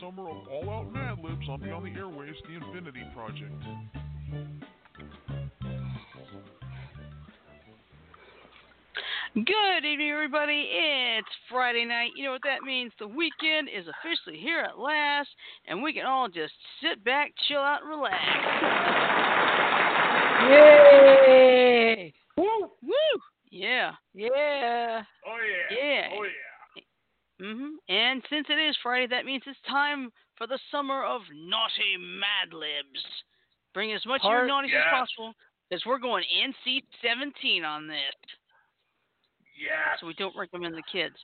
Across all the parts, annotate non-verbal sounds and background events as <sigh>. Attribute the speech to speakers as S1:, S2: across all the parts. S1: summer of all out Mad Libs on Beyond the Airwaves, The Infinity Project.
S2: Good evening, everybody. It's Friday night. You know what that means? The weekend is officially here at last, and we can all just sit back, chill out, and relax. Yay! Woo! Woo! Yeah. Yeah.
S1: Oh, yeah.
S2: Yeah.
S1: Oh, yeah.
S2: hmm And since it is Friday, that means it's time for the summer of naughty Mad Libs. Bring as much of your
S3: Part-
S2: naughty
S1: yes.
S2: as possible, because we're going NC-17 on this
S1: Yes.
S2: so we don't recommend the kids.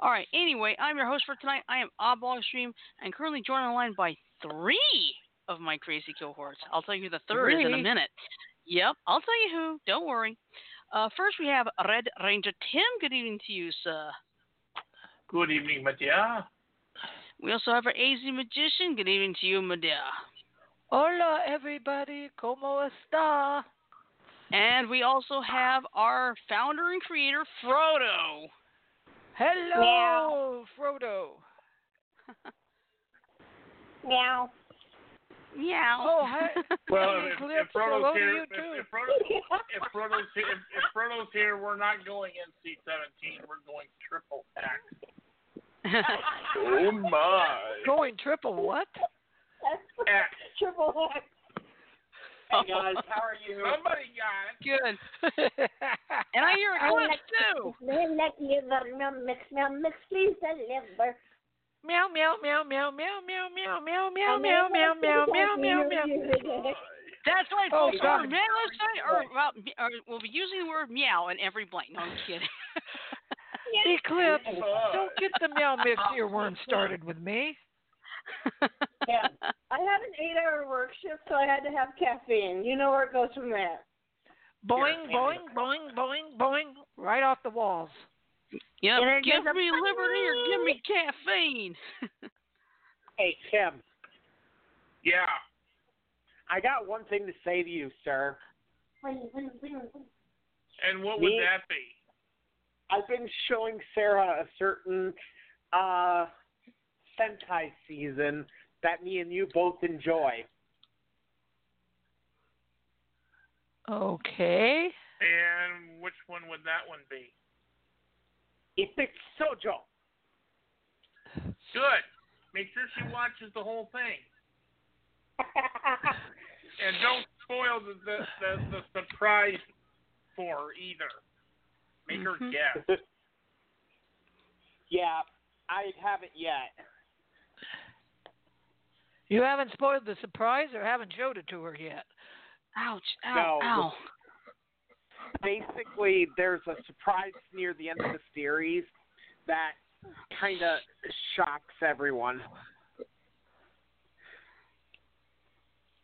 S2: All right. Anyway, I'm your host for tonight. I am Oblong Stream, and currently joined online by three of my crazy cohorts. I'll tell you who the third is in a
S3: Three?
S2: minute. Yep, I'll tell you who. Don't worry. Uh, first, we have Red Ranger Tim. Good evening to you, sir.
S1: Good evening, Mattia.
S2: We also have our AZ Magician. Good evening to you, Madea.
S3: Hola, everybody. Como esta?
S2: And we also have our founder and creator, Frodo.
S3: Hello, Frodo.
S4: Meow.
S2: <laughs> Meow.
S3: Oh, hi.
S5: Well,
S3: Hey,
S5: if,
S3: Cliff,
S5: if Frodo's
S3: hello to
S5: here,
S3: you
S5: if,
S3: too.
S5: if, Frodo, if Frodo's here, if, if Frodo's here, we're not going NC seventeen. We're going triple pack.
S1: Oh, my.
S3: Going triple what?
S4: That's what
S5: X.
S4: triple X.
S5: Hey guys, how are you? Somebody got it.
S3: <laughs>
S2: Good. And I hear a
S4: I
S2: clip,
S4: like
S2: too.
S4: They let you the meow mix meow mix please the liver.
S3: meow, meow, meow, meow, meow, meow, meow, meow, meow, meow, meow, meow,
S4: <laughs>
S3: meow, meow, meow.
S4: meow.
S2: That's right,
S3: Oh,
S2: folks. Our
S3: God.
S2: meows tonight are- well, me- are- we'll be using the word meow in every blank. No, I'm
S3: <laughs>
S2: kidding. <laughs>
S3: Eclipse,
S5: Fun.
S3: don't get the meow mix earworm started with me.
S4: Yeah. I had an eight hour work shift so I had to have caffeine. You know where it goes from there.
S3: Boing, boing, boing, boing, boing, right off the walls.
S2: Yep,
S4: And it
S2: give
S4: doesn't-
S2: me liberty or give
S3: <laughs>
S2: me caffeine.
S6: Hey, Tim,
S5: Yeah.
S6: I got one thing to say to you, sir.
S5: And what would
S6: Me?
S5: that be?
S6: I've been showing Sarah a certain uh Sentai season that me and you both enjoy.
S3: Okay.
S5: And which one would that one be?
S6: It's Sojo.
S5: Good. Make sure she watches the whole thing, and don't spoil the the, the, the surprise for her either. Make
S2: <laughs>
S5: her
S2: Mhm.
S5: guess.
S6: <laughs> Yeah, I haven't yet.
S3: You haven't spoiled the surprise or haven't showed it to her yet.
S2: Ouch, ow,
S6: No.
S2: ow.
S6: Basically, there's a surprise near the end of the series that kind of shocks everyone.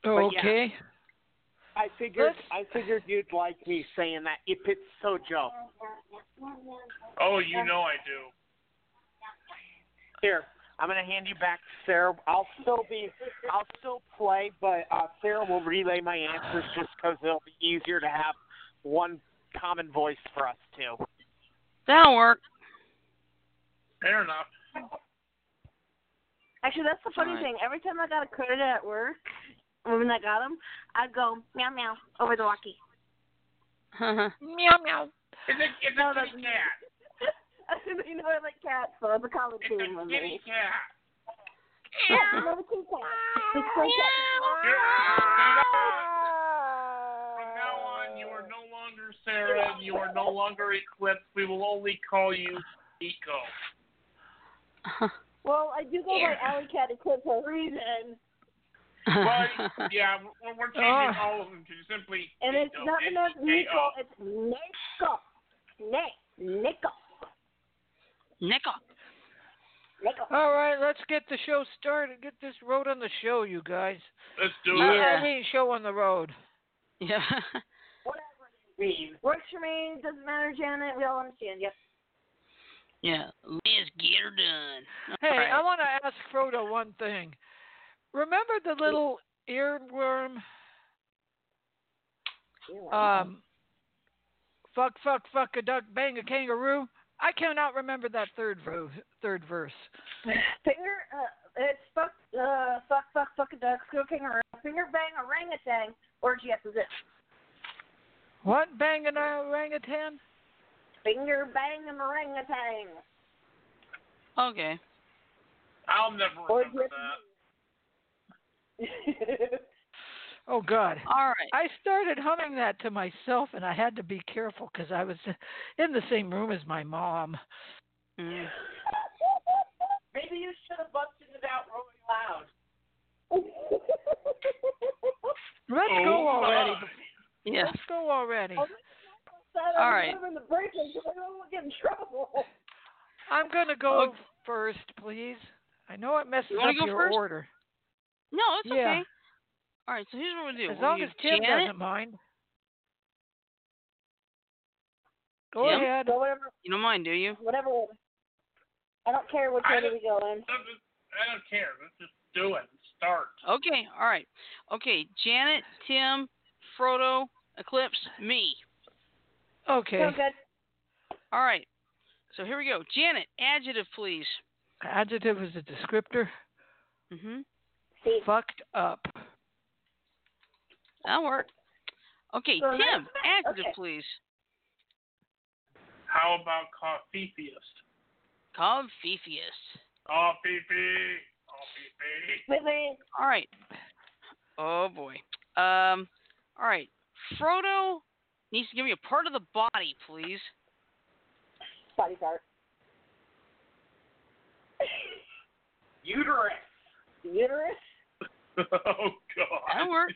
S6: But yeah.
S3: Okay.
S6: I figured
S3: Let's-
S6: I figured you'd like me saying that. If it's Sojo,
S5: Oh, you know I do.
S6: Here, I'm gonna hand you back to Sarah. I'll still be, I'll still play, but uh, Sarah will relay my answers just 'cause it'll be easier to have one common voice for us too.
S2: That'll work.
S5: Fair enough.
S4: Actually, that's the funny
S2: Alright.
S4: thing. Every time I got a credit at work, when I got them, I'd go meow meow over the <laughs> walkie.
S3: Meow, meow.
S5: It's a, it's
S4: No,
S5: a
S4: that's-
S5: kitty cat.
S4: you know I like cats, so that's a common
S5: It's
S4: theme
S5: a
S4: with
S5: kitty
S4: me.
S5: cat.
S4: Yeah, another kitty cat. It's like that.
S5: You're- From now on- from now on, you are no longer Sarah. You are no longer Eclipse. We will only call you Eco.
S4: Well, I do go by Alley Cat Eclipse for a reason,
S2: <laughs>
S5: But yeah, we're, we're changing
S3: Oh.
S5: all of them to simply.
S4: and it's
S5: Eco.
S4: not enough Nico,
S5: K-O.
S4: it's Nico. Nick, Nico,
S2: Nick off.
S4: Nico.
S3: All right, let's get the show started. Get this road on the show, you guys.
S5: Let's do
S3: Uh,
S5: it.
S2: Yeah.
S3: I mean, show on the road.
S2: Yeah. <laughs>
S4: Works for me, doesn't matter, Janet, we all understand, yep.
S2: yeah. Let's get her done. All
S3: Hey,
S2: right.
S3: I want to ask Frodo one thing. Remember the little earworm? Um, fuck, fuck, fuck a duck, bang a kangaroo. I cannot remember that third verse. Third verse.
S4: Finger, uh, it's fuck, uh, fuck, fuck, fuck a duck, go kangaroo, finger bang, orangutan, or GS is it.
S3: What banging orangutan?
S4: Finger bang and orangutan.
S2: Okay.
S6: I'll never
S4: Or
S6: remember
S4: yes.
S6: that.
S3: Oh God.
S2: All right.
S3: I started humming that to myself, and I had to be careful because I was in the same room as my mom.
S2: Mm.
S7: Maybe you should have busted it out really loud.
S3: Let's
S6: Oh,
S3: go
S6: my.
S3: already.
S2: Yeah.
S3: Let's go already.
S2: Oh, All right.
S4: I'm the bridge so I don't get in trouble.
S3: I'm gonna go
S2: Okay.
S3: first, please. I know it messes
S2: oh. You wanna
S3: up
S2: go
S3: your
S2: first?
S3: order.
S2: No, it's
S3: Yeah.
S2: okay. All right. So here's what we'll do.
S3: As
S2: we'll
S3: long
S2: do
S3: as Tim
S2: Janet.
S3: doesn't mind. Go
S2: Tim?
S3: ahead.
S4: So whatever,
S2: You don't mind, do you?
S4: whatever. order. I don't care which
S6: I
S4: order we go in.
S6: I'm just- I don't care. Let's just do it. Start.
S2: Okay. All right. Okay. Janet, Tim, Frodo, Eclipse, me.
S3: Okay.
S4: Sound good?
S2: All right. So here we go. Janet, adjective, please.
S3: Adjective is a descriptor.
S2: Mm-hmm.
S4: See.
S3: Fucked up.
S2: That'll work. Okay.
S4: So that's
S2: Tim,
S4: that.
S2: adjective,
S4: Okay.
S2: please.
S6: How about coffee feast?
S2: Confucius.
S6: Coffee fee. Coffee fee.
S4: Wait, wait.
S2: All right. Oh boy. Um. All right. Frodo needs to give me a part of the body, please.
S4: Body part.
S7: Uterus.
S4: Uterus.
S5: <laughs>
S6: oh God.
S2: That'll work.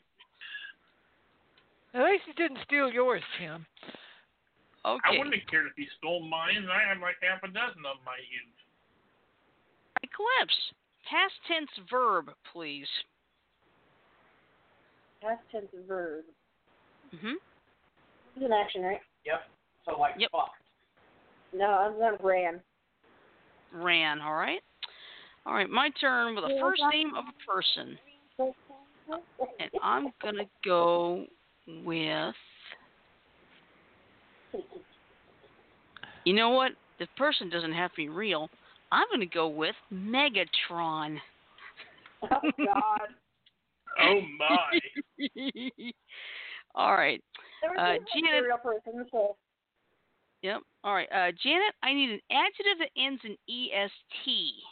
S3: At least you didn't steal yours, Tim.
S6: I
S2: Okay.
S6: wouldn't have cared if he stole mine. and I have like half a dozen of my youth.
S2: Eclipse. Past tense verb, please.
S4: Past tense verb.
S2: Mhm.
S4: This is an action, right?
S7: Yep. So like
S2: Yep.
S7: fuck.
S4: No, I'm going ran.
S2: Ran. All right. All right. My turn with the first name of a person, and
S4: <laughs>
S2: I'm gonna go with. You know what? The person doesn't have to be real. I'm gonna go with Megatron.
S4: oh
S2: <laughs>
S4: God.
S6: Oh my.
S2: All right.
S4: There was
S2: Uh,
S4: no
S2: Janet-
S4: real person, so
S2: Yep. All right. Uh, Janet, I need an adjective that ends in E est.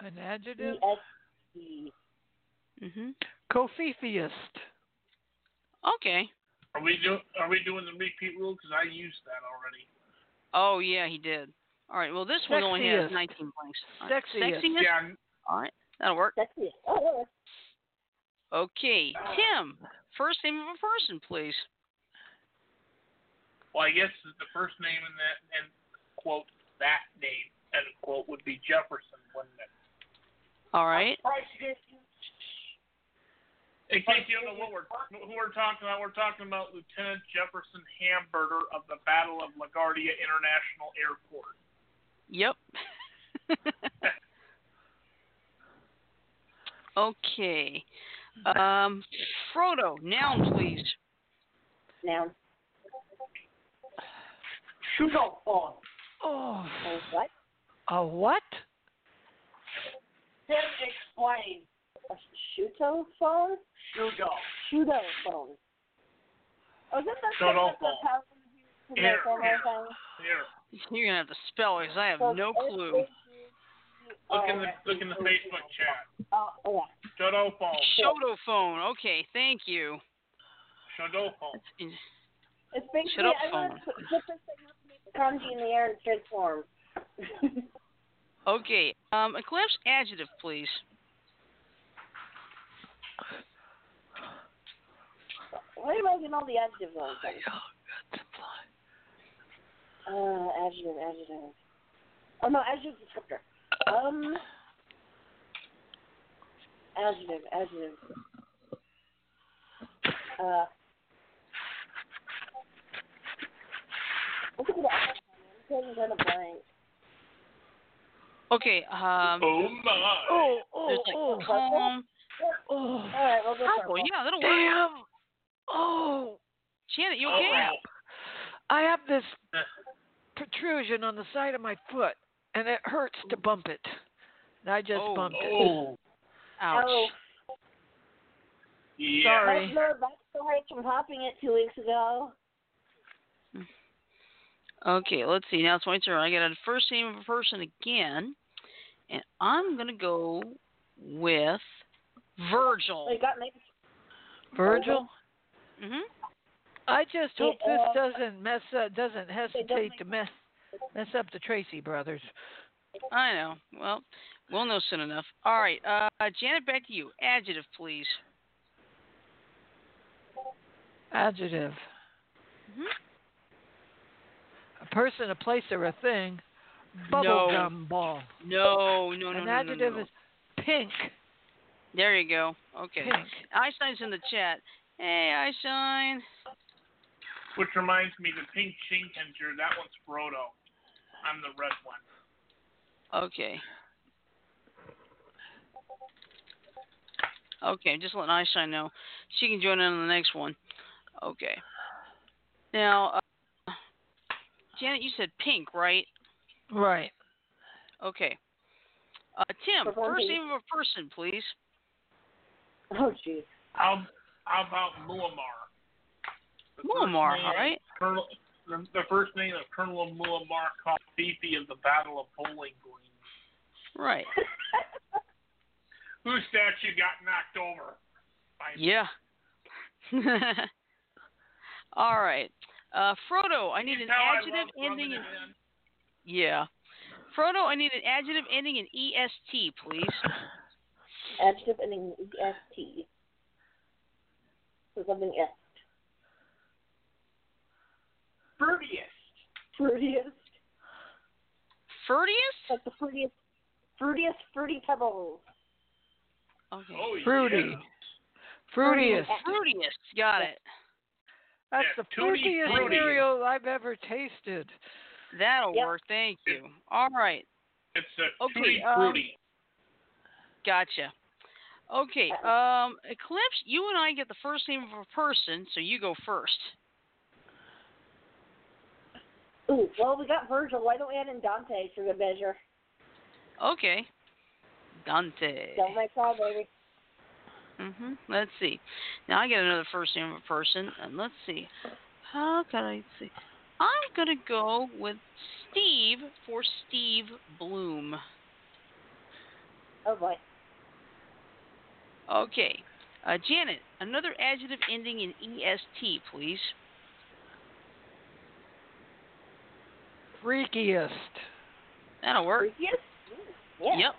S3: An adjective.
S4: E-S-E.
S2: Mm-hmm.
S3: Cofifiest.
S2: Okay.
S6: Are we do? Are we doing the repeat rule? Because I used that already.
S2: Oh yeah, he did. All right. Well, this one only has
S3: Sexiest.
S2: 19 blanks. All right.
S3: Sexiest.
S2: Sexiest.
S6: Yeah.
S2: All right. That'll work.
S4: That's it. Oh,
S2: Okay. Tim, first name of a person, please.
S6: Well, I guess the first name in that and quote that name and quote would be Jefferson, wouldn't it?
S2: All right.
S6: In case you don't know what we're who we're talking about, we're talking about Lieutenant Jefferson Hamburger of the Battle of LaGuardia International Airport.
S2: Yep. okay. Um, Frodo, noun, please.
S4: noun.
S7: Sugarphone.
S3: Oh.
S4: Oh, what?
S3: A what?
S7: Then explain.
S4: A shuto phone?
S7: Sugar.
S4: Shuto phone. Oh, is that the
S6: Shut
S4: thing
S6: up,
S4: that the
S6: phone.
S4: power used to
S6: Air,
S4: make that
S6: air.
S4: whole thing?
S6: Here,
S2: You're gonna have to spell it 'cause I have
S4: So
S2: no
S4: it's-
S2: clue.
S6: look in the look in the Facebook chat.
S4: Oh, yeah.
S6: Shodophone.
S2: Shodophone. Okay. Thank you.
S6: Shodophone.
S4: It's basically,
S2: Shut up,
S4: I'm going
S2: phone.
S4: to put put this thing up, make the kanji in the air, and transform. <laughs>
S2: Okay. Um, Eclipse adjective, please.
S4: Why am I getting all the adjectives on things? Uh, adjective, adjective. Oh no, adjective descriptor. Um, adjective, adjective. Uh, look at the ad- I'm kind of blank.
S2: Okay. Um,
S6: Oh my.
S3: Oh, oh,
S2: there's
S3: oh,
S2: like calm.
S3: oh.
S4: All right, we'll go
S2: Purple.
S4: purple.
S2: Yeah, that'll work.
S3: Damn. Oh.
S2: Janet, you
S6: Oh,
S2: okay?
S6: wow.
S3: I have this protrusion on the side of my foot, and it hurts to bump it. and I just
S2: Oh,
S3: bumped it.
S6: Oh,
S2: Ouch.
S4: Oh, that's
S6: yeah.
S3: Sorry.
S4: no, that's the right from hopping it two weeks ago.
S2: Okay, let's see. Now it's my turn. I got a first name of a person again, and I'm gonna go with Virgil.
S4: They got me.
S3: Virgil,
S2: hmm
S3: I just hope
S4: Yeah,
S3: this
S4: uh,
S3: doesn't mess up, doesn't hesitate
S4: make-
S3: to mess mess up the Tracy brothers.
S2: I know. Well, we'll know soon enough. All right, uh, Janet, back to you. Adjective, please.
S3: Adjective.
S2: Mhm.
S3: A person, a place, or a thing. Bubblegum ball.
S2: No, no, no, no,
S3: An
S2: no,
S3: adjective
S2: no.
S3: is pink.
S2: There you go. Okay.
S3: Pink.
S2: Einstein's in the chat. Hey, Einstein.
S6: Which reminds me, the pink chink injured, that one's Frodo. I'm the red one.
S2: Okay. Okay, just letting Einstein know. She can join in on the next one. Okay. Now, uh, Janet, you said pink, right?
S3: Right.
S2: Okay. Uh, Tim,
S4: Purple and
S2: first
S4: pink.
S2: name of a person, please.
S4: Oh, jeez. <laughs>
S6: How, how about Muammar? The first
S2: Muammar,
S6: name
S2: all
S6: of
S2: right.
S6: Colonel, the, the first name of Colonel Muammar Gaddafi of the Battle of Bowling Green,
S2: Right.
S6: whose statue got knocked over. By
S2: Yeah. <laughs> all right. Uh, Frodo, I need an
S6: That's how I love
S2: adjective
S6: rubbing
S2: ending in.
S6: it in.
S2: Yeah. Frodo, I need an adjective ending in EST, please.
S4: Adjective ending in est. So something est.
S6: Fruitiest.
S4: Fruitiest.
S2: Furtiest?
S4: Like the fruitiest, fruitiest fruity pebbles.
S2: Okay.
S6: Oh,
S3: Fruity.
S6: Yeah.
S3: Fruitiest.
S2: Fruitiest. Got it.
S3: That's
S6: Yeah,
S3: the
S6: tutti
S3: fruitiest
S6: frutti.
S3: cereal I've ever tasted.
S2: That'll
S4: Yep.
S2: work. Thank you. All right.
S6: It's a
S2: Okay,
S6: tutti
S2: um,
S6: frutti.
S2: Gotcha. Okay. Um, Eclipse, you and I get the first name of a person, so you go first.
S4: Ooh, well, we got Virgil. Why don't we add in Dante for the measure?
S2: Okay. Dante.
S4: Don't make fun, baby.
S2: hmm Let's see. Now I get another first name of a person, and let's see. How can I see? I'm gonna go with Steve for Steve Bloom.
S4: Oh boy.
S2: Okay. Uh, Janet, another adjective ending in est, please.
S3: Freakiest.
S2: That'll work.
S4: Fruitiest. Yeah.
S2: Yep.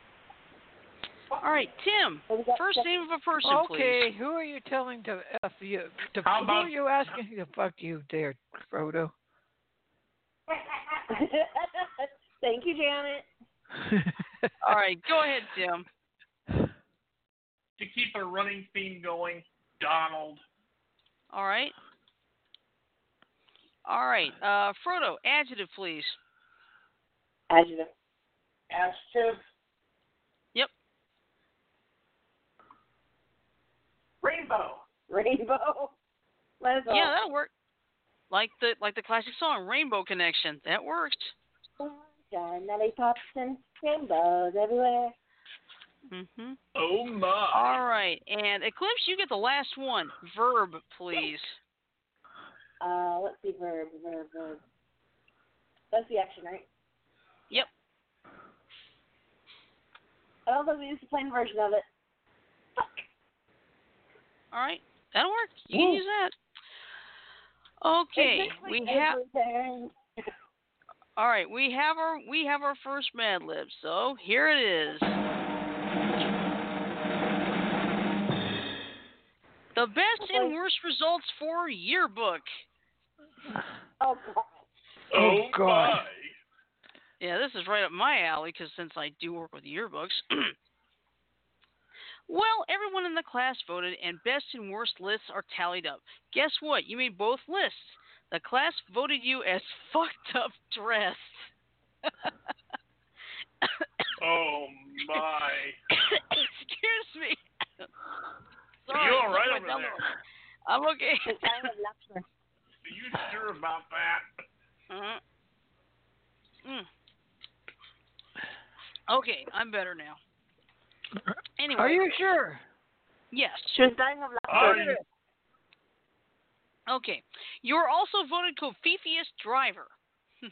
S2: All right, Tim.
S4: Well, we got
S2: First
S4: Steph-
S2: name of a person,
S3: Okay,
S2: please.
S3: who are you telling to f you? To,
S6: How
S3: who
S6: about-
S3: are you asking to fuck you, there,
S6: <laughs>
S3: Frodo?
S4: <laughs> Thank you, Janet.
S2: All right, go ahead, Tim.
S6: To keep a running theme going, Donald.
S2: All right. All right, uh, Frodo. Adjective, please.
S4: Adjective.
S7: Adjective.
S2: Yep.
S7: Rainbow.
S4: Rainbow. <laughs> Let us
S2: Yeah, that'll work. Like the like the classic song, Rainbow Connection. That works.
S4: all. Done. Lollipops and rainbows everywhere.
S2: hmm
S6: Oh my.
S2: All right, and Eclipse, you get the last one. Verb, please.
S4: Uh, let's see, verb, verb, verb. That's the action, right?
S2: Yep.
S4: I don't think we used the plain version of it.
S2: All right, that'll work. You can use that. Okay,
S4: It's just like
S2: we have.
S4: everything.
S2: All right, we have our we have our first Mad Lib, so here it is. The best and worst results for yearbook.
S4: Oh, God.
S6: Oh
S3: Oh, God.
S2: Yeah, this is right up my alley because since I do work with yearbooks. <clears throat> well, everyone in the class voted, and best and worst lists are tallied up. Guess what? You made both lists. The class voted you as <laughs> fucked up dressed.
S6: my. Oh my.
S2: <coughs> Excuse me. <coughs> Sorry,
S6: You all right
S2: my
S6: over
S2: dumb-
S6: there?
S2: I'm okay. <laughs>
S4: The time of luxury.
S6: Are you sure about that?
S2: Uh-huh. Mm. Okay, I'm better now. Anyway,
S3: Are you sure?
S2: yes.
S4: Should I have left
S6: <laughs> Are
S4: it?
S6: you-
S2: Okay. You were also voted cofifiest driver. <laughs>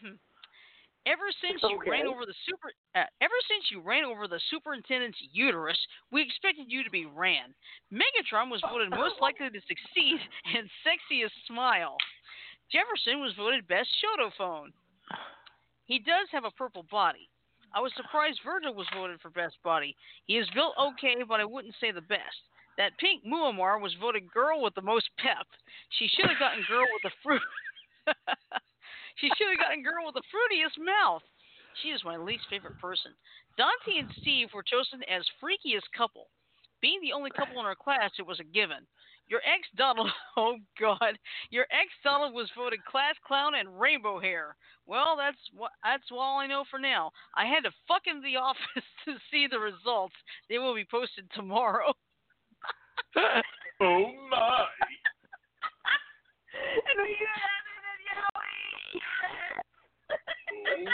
S2: ever since you
S4: Okay.
S2: ran over the super, uh, ever since you ran over the superintendent's uterus, we expected you to be ran. Megatron was voted most likely to succeed <laughs> and sexiest smile. Jefferson was voted best shoto phone. He does have a purple body. I was surprised Virgil was voted for best body. He is built okay, but I wouldn't say the best. That pink Muammar was voted girl with the most pep. She should have gotten girl with the fruit. <laughs> she should have gotten girl with the fruitiest mouth. She is my least favorite person. Dante and Steve were chosen as freakiest couple. Being the only couple in our class, it was a given. Your ex Donald, <laughs> oh God, your ex Donald was voted class clown and rainbow hair. Well, that's what that's all I know for now. I had to fuck into the <laughs> office to see the results. They will be posted tomorrow. <laughs>
S6: Oh <laughs> my!
S4: And we edited
S6: Oh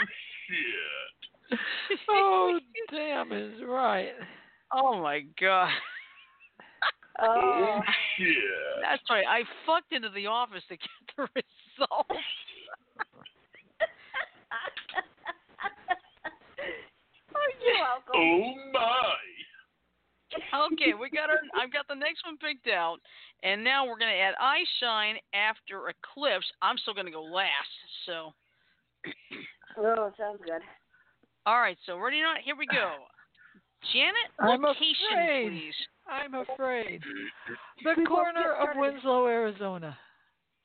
S6: shit!
S3: Oh, damn is right.
S2: oh my God.
S6: Oh
S4: Oh.
S6: shit!
S2: That's right. I fucked into the office to <laughs> get the results.
S4: You're welcome.
S6: Oh my!
S2: Okay, we got our. I've got the next one picked out, and now we're gonna add eye shine after eclipse. I'm still gonna go last. So,
S4: Oh, sounds good.
S2: all right. So ready or not, here we
S3: <sighs>
S2: go. Janet,
S3: I'm afraid.
S2: location, please.
S3: I'm
S6: <laughs>
S3: afraid. The corner of Winslow, Arizona.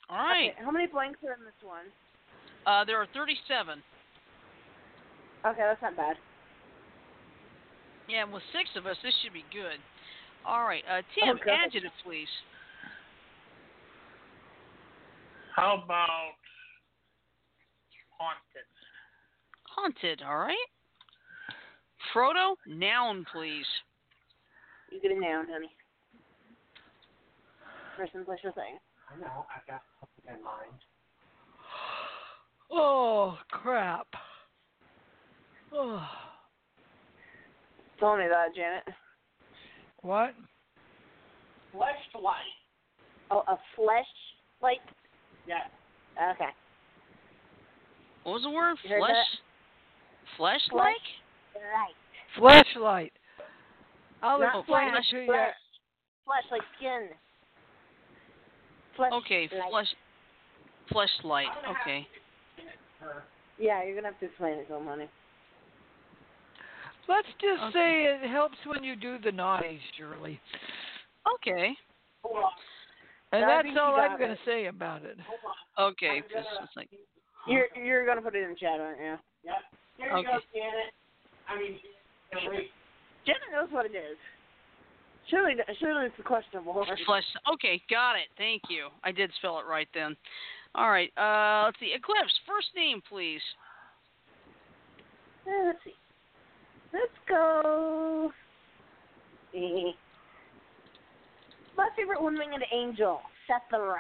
S2: All right.
S4: Okay, how many blanks are in this one?
S2: Uh, there are 37.
S4: Okay, that's not bad.
S2: Yeah, and with six of us, this should be good. All right. Uh, Tim,
S4: Okay.
S2: adjective, please.
S6: How about haunted?
S2: Haunted. All right. Frodo, noun, please.
S4: You get a noun, honey. Person, place, or thing.
S7: I know. I got something in mind.
S3: <sighs> Oh, crap. <sighs> Oh,
S4: Tell me that, Janet.
S3: what?
S7: Flashlight.
S4: Oh, a flesh like.
S7: Yeah.
S4: Okay.
S2: What was the word?
S4: You heard
S2: Flesh. Flesh-like.
S4: Right.
S3: Flashlight. I'll
S4: Not
S3: explain
S2: flash,
S3: it to you.
S4: Flesh. Flesh like skin. Flesh.
S2: Okay,
S4: like-
S2: flesh, fleshlight. Okay,
S4: Yeah, you're gonna have to explain it to him, honey.
S3: Let's just
S2: Okay.
S3: say it helps when you do the naughty, Shirley.
S2: okay,
S3: And
S4: I
S3: that's
S4: think
S3: all
S4: you
S3: I'm
S4: got
S3: going
S4: it.
S3: to say about it.
S2: okay. This is like
S4: You're you're gonna put it in chat, aren't you?
S2: okay.
S4: Janet knows what it is. Surely, surely it's a questionable. word.
S2: Flesh. Okay, got it. Thank you. I did spell it right then. All right. Uh, let's see. Eclipse. First name, please.
S4: Eh, Let's see. Let's go. My favorite one-winged angel, Sephiroth.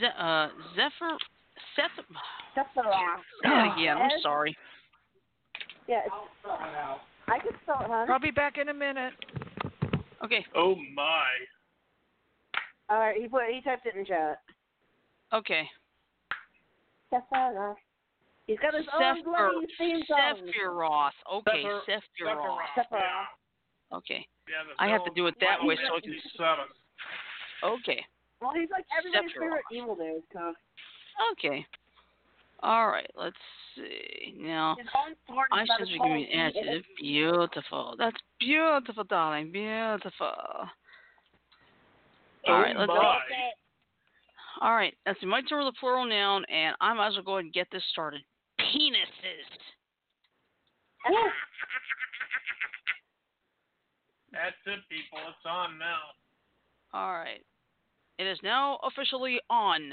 S2: Ze- uh, Zephyr.
S4: <sighs>
S2: Seth. <laughs>
S4: Sephiroth.
S2: again. I'm sorry.
S4: Yeah, it's, I could spell it, huh?
S3: I'll be back in a minute.
S2: Okay.
S6: Oh my!
S4: All right, he put he typed it in chat.
S2: Okay.
S4: Sephiroth. He's got his own
S2: Sephir-
S4: bloody theme song.
S2: Sephiroth. Okay.
S6: Sephir-
S2: Sephiroth.
S4: Sephiroth.
S2: Okay.
S6: Yeah, the
S2: I have to
S6: villain
S2: do it that
S6: from
S2: way so I can-
S6: 57.
S2: Okay.
S4: Well, he's like everybody's
S2: Sephiroth.
S4: favorite evil dude. So.
S2: Okay. All right. Let's see now.
S4: His own sword
S2: Oh. I
S4: is not
S2: should
S4: his
S2: give me an
S4: own.
S2: adjective. Beautiful. That's beautiful, darling. Beautiful. All right, let's.
S6: my.
S4: Okay.
S2: All right, that's my turn with a plural noun, and I might as well go ahead and get this started. Penises.
S6: That's it, people. It's on now.
S2: All right, it is now officially on.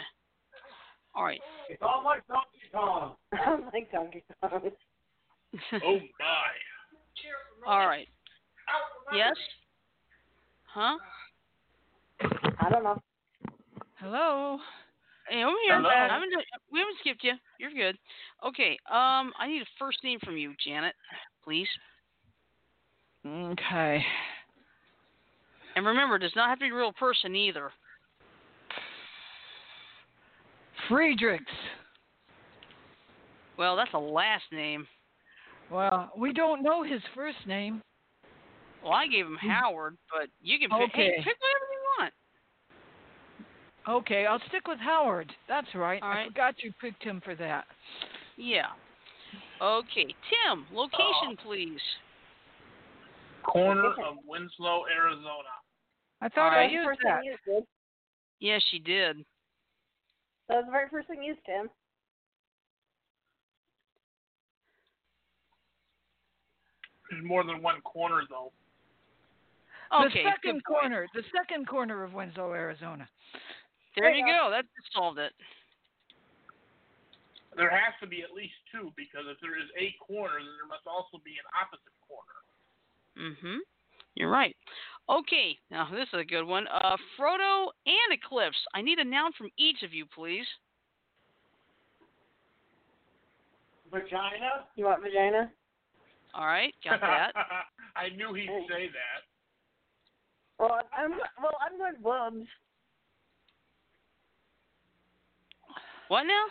S2: All right.
S7: It's all like Donkey Kong.
S4: <laughs> Oh my Donkey
S7: <laughs>
S4: Kong.
S6: Oh my!
S2: All right. Yes. Huh?
S4: I don't know.
S3: Hello.
S2: Hey, I'm here.
S6: Hello?
S2: I haven't, we haven't skipped you. You're good. Okay. Um, I need a first name from you, Janet, please.
S8: Okay.
S2: And remember, it does not have to be a real person either.
S3: Friedrichs.
S2: Well, that's a last name.
S3: Well, we don't know his first name.
S2: Well, I gave him Howard, but you can pick. Hey,
S3: Mm-hmm. Okay.
S2: pick whatever you want.
S3: Okay, I'll stick with Howard. That's right.
S2: All
S3: I
S2: right.
S3: forgot you picked him for that.
S2: Yeah. Okay, Tim.
S3: Oh.
S2: Location, please.
S6: corner of Winslow, Arizona.
S3: I thought
S2: All
S3: I
S2: right.
S3: used
S4: First
S3: that.
S4: thing used, Tim.
S2: Yes, she did.
S4: That was the very first thing used, Tim.
S6: There's more than one corner though.
S2: Okay.
S3: the
S2: good
S3: second
S2: point.
S3: corner, the second corner of Winslow, Arizona.
S2: There you
S3: uh
S2: go. That solved it.
S6: There has to be at least two because if there is a corner, then there must also be an opposite corner.
S2: Mhm. You're right. Okay. Now this is a good one. Uh, Frodo and Eclipse. I need a noun from each of you, please.
S6: Vagina.
S4: You want vagina?
S2: All right. <laughs> Got that.
S6: I knew he'd say that.
S4: Well, I'm well. I'm going bums.
S2: what now?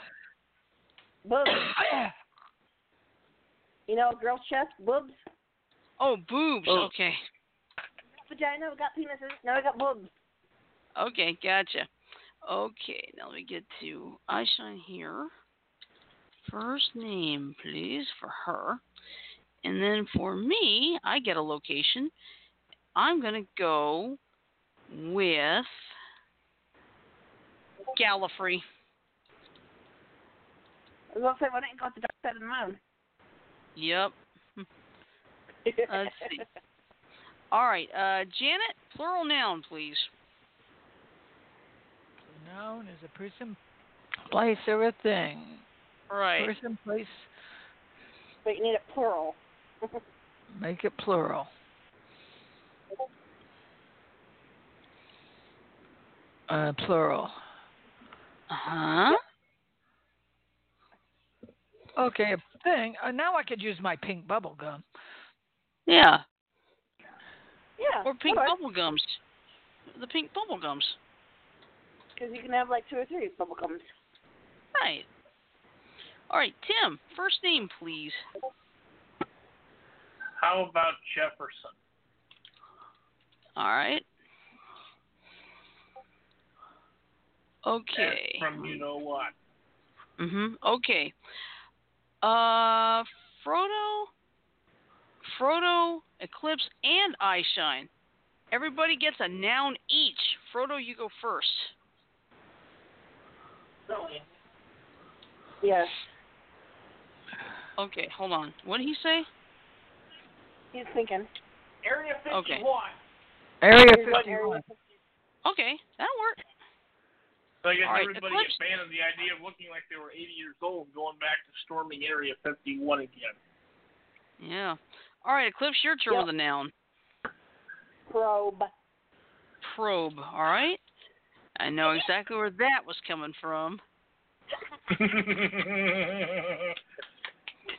S4: Bubs. you know, girl's chest, boobs,
S2: Oh, boobs. Okay.
S4: vagina. We got penises. Now we got boobs.
S2: Okay. Gotcha. Okay. Now let me get to Aishan here. First name, please, for her. And then for me, I get a location. I'm going to go with Gallifrey.
S4: I was going to say, why don't you go to the dark side of the moon?
S2: Yep. Let's see. All right, uh, Janet, plural noun, please.
S3: Noun is a person, place, or a thing.
S2: Right.
S3: Person, place,
S4: <laughs> But you need a plural.
S3: make it plural. Uh, plural.
S2: Uh huh.
S3: Okay, a thing. Uh, now I could use my pink bubble gum.
S2: Yeah.
S4: Yeah.
S2: Or pink bubble gums. The pink bubble gums.
S4: Because you can have like two or three bubble gums.
S2: Right. All right, Tim, first name, please.
S6: How about Jefferson?
S2: All right. Okay.
S6: From you know what? <laughs>
S2: Mhm. Okay. Uh, Frodo, Frodo, Eclipse, and Eye Shine. Everybody gets a noun each. Frodo, you go first.
S4: Yes.
S2: Okay, hold on. What did he say?
S4: He's thinking.
S6: Area 51.
S2: Okay.
S3: Area
S4: Here's what
S3: 51.
S2: Okay, that'll work.
S6: So I guess
S2: All right,
S6: everybody
S2: Eclipse.
S6: abandoned the idea of looking like they were 80 years old going back to storming Area 51 again.
S2: Yeah. All right, Eclipse, your turn with a noun.
S4: Probe.
S2: Probe. All right. I know exactly where that was coming from.
S6: That's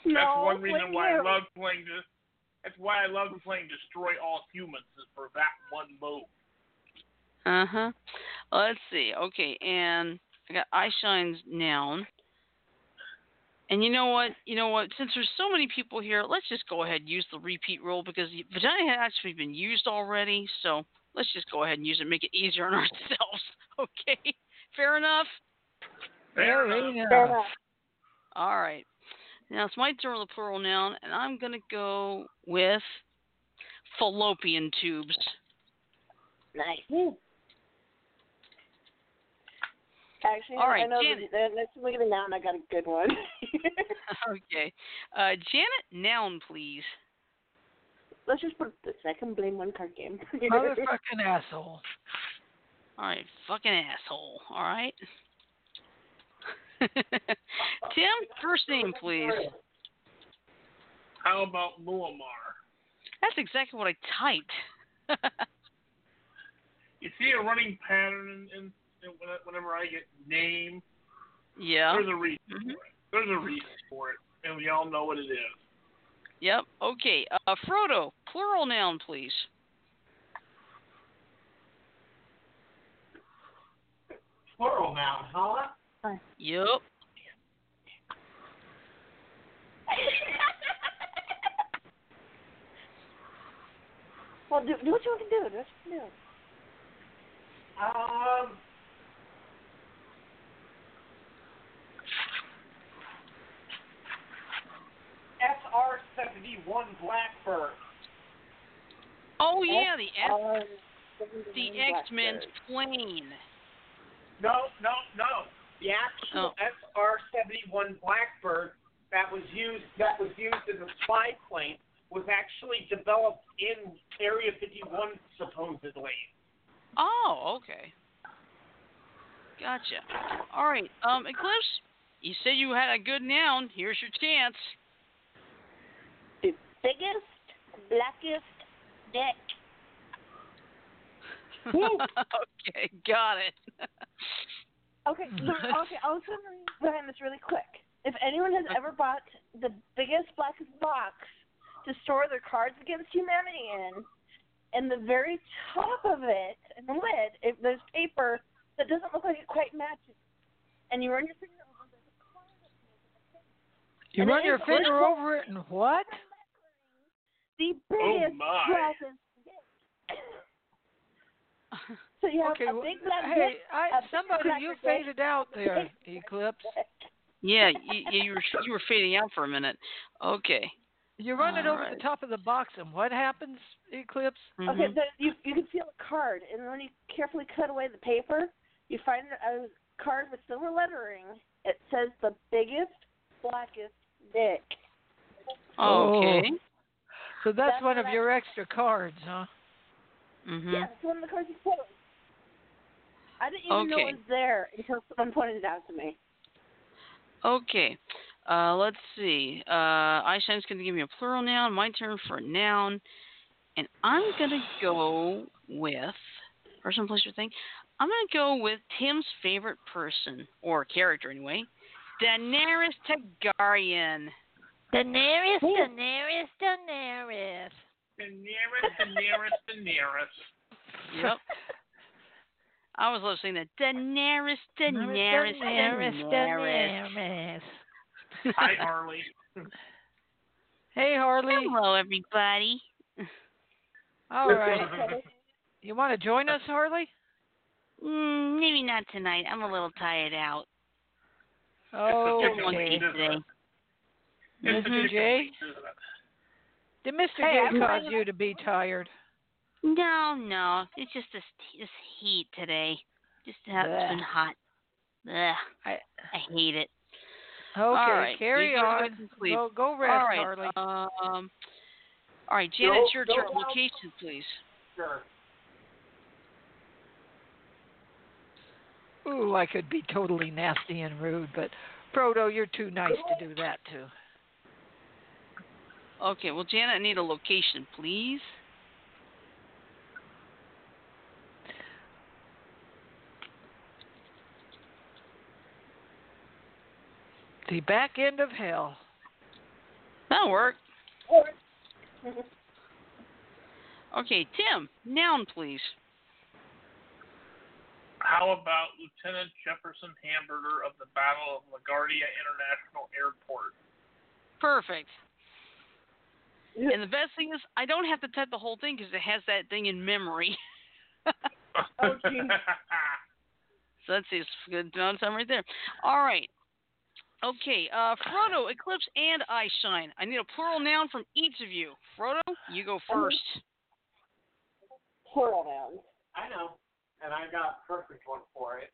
S4: No,
S6: one reason
S4: blame
S6: why I
S4: you.
S6: love playing this. That's why I love playing Destroy All Humans is for that one move.
S2: Uh huh. Let's see. Okay, and I got eye shines noun. And you know what? You know what? Since there's so many people here, let's just go ahead and use the repeat rule because the vagina had actually been used already. So let's just go ahead and use it, make it easier on <laughs> ourselves. Okay, fair enough.
S6: Fair enough.
S3: Area.
S4: Fair enough.
S2: All right. Now it's my turn with a plural noun, and I'm gonna go with fallopian tubes. <laughs>
S4: Nice. Actually,
S2: All right,
S4: I know uh,
S2: Janet.
S4: the, the next week now, and I got a good one. <laughs>
S2: okay. Uh, Janet, noun, please.
S4: Let's just put the second blame one card game.
S3: Motherfucking asshole.
S2: All right, fucking asshole. All right. <laughs> Tim, first name, please.
S6: How about Muammar?
S2: That's exactly what I typed. <laughs>
S6: You see a running pattern in, in, whenever I get named,
S2: Yeah.
S6: there's a reason.
S2: Mhm.
S6: There's a reason for it, and we all know what it is.
S2: Yep. Okay. Uh, Frodo, plural noun, please.
S6: Plural now, huh?
S2: Yep.
S4: <laughs> Well, do, do what you want to do. Do what you want to do.
S6: Um. SR seventy one Blackbird.
S2: Oh yeah, the X,
S4: Um,
S2: the X Men's plane.
S6: No, no, no. The actual
S2: Oh.
S6: SR seventy one Blackbird that was used that was used as a spy plane was actually developed in Area fifty one supposedly.
S2: Oh, okay. Gotcha. All right. Um, Eclipse, you said you had a good noun. Here's your chance.
S4: The biggest, blackest dick. Woo.
S2: <laughs> okay, got it. <laughs>
S3: <laughs>
S4: Okay, so, okay. I was going to behind this really quick. If anyone has ever bought the biggest, blackest box to store their Cards Against Humanity in, and the very top of it, and the lid, if there's paper that doesn't look like it quite matches, and you run your finger over it,
S3: You
S4: And
S3: run
S4: it
S3: your
S4: is
S3: finger
S4: literal-
S3: over it and what?
S4: the
S3: Oh
S4: biggest,
S6: my.
S4: blackest dick. So you have
S3: okay.
S4: a
S3: well,
S4: big black
S3: hey,
S4: dick.
S3: I,
S4: a big
S3: somebody
S4: black
S3: you
S4: dick.
S3: faded out
S4: <laughs>
S3: there, Eclipse.
S2: yeah, you, you were you were fading out for a minute. Okay.
S3: You run it over the
S2: Alright.
S3: top of the box and what happens, Eclipse?
S4: Okay,
S2: Mhm.
S4: the, you you can feel a card, and when you carefully cut away the paper, you find a card with silver lettering. It says the biggest, blackest dick.
S2: Okay.
S3: So that's,
S4: That's
S3: one of
S4: what I-
S3: your extra cards, huh?
S2: Mhm.
S4: Yeah, that's one of the cards you put. I didn't even know
S2: Okay.
S4: it was there until someone pointed it out to me.
S2: Okay. Uh, let's see. Uh, Einstein's going to give me a plural noun. My turn for a noun. And I'm going to go with, person, place, or thing. I'm going to go with Tim's favorite person, or character anyway, Daenerys Targaryen.
S8: Daenerys, Daenerys, Daenerys.
S6: The nearest, the nearest, the nearest.
S8: <laughs>
S2: Yep. I was love saying that. Daenerys, Daenerys,
S8: Daenerys,
S2: Daenerys.
S8: Daenerys.
S6: Hi, Harley.
S3: <laughs> Hey, Harley.
S2: Hello, everybody.
S3: All right. You want to join us, Harley?
S2: Mm, maybe not tonight. I'm a little tired out.
S3: Oh,
S6: It's
S2: One
S6: okay.
S2: piece today.
S6: It's a
S3: Mr. <laughs>
S6: different
S3: J?
S6: isn't it?
S3: Did Mr.
S4: Hey,
S3: J
S4: I'm
S3: cause
S4: fine.
S3: you to be tired?
S2: No, no. It's just this this heat today. Just how
S3: Blech.
S2: it's been hot. Ugh,
S3: I-
S2: I hate it.
S3: Okay,
S2: All right,
S3: carry
S2: you go ahead
S3: on.
S2: and sleep.
S3: Go, go rest,
S2: all right.
S3: Harley.
S2: Um. All right, Janet, it's your
S6: go
S2: turn.
S6: down-
S2: Location, please.
S6: Sure.
S3: Ooh, I could be totally nasty and rude, but Proto, you're too nice to do that to.
S2: Okay. Well, Janet, I need a location, please.
S3: The back end of hell.
S2: That'll work. Okay, Tim. Noun, please.
S6: How about Lieutenant Jefferson Hamburger of the Battle of LaGuardia International Airport?
S2: Perfect. And the best thing is, I don't have to type the whole thing because it has that thing in memory. <laughs>
S4: Oh, geez.
S2: So that's a good amount of time right there. All right. Okay, uh, Frodo, Eclipse, and I Shine. I need a plural noun from each of you. Frodo, you
S6: Oh.
S2: go first.
S4: Plural nouns.
S6: I know, and I got a perfect one for it.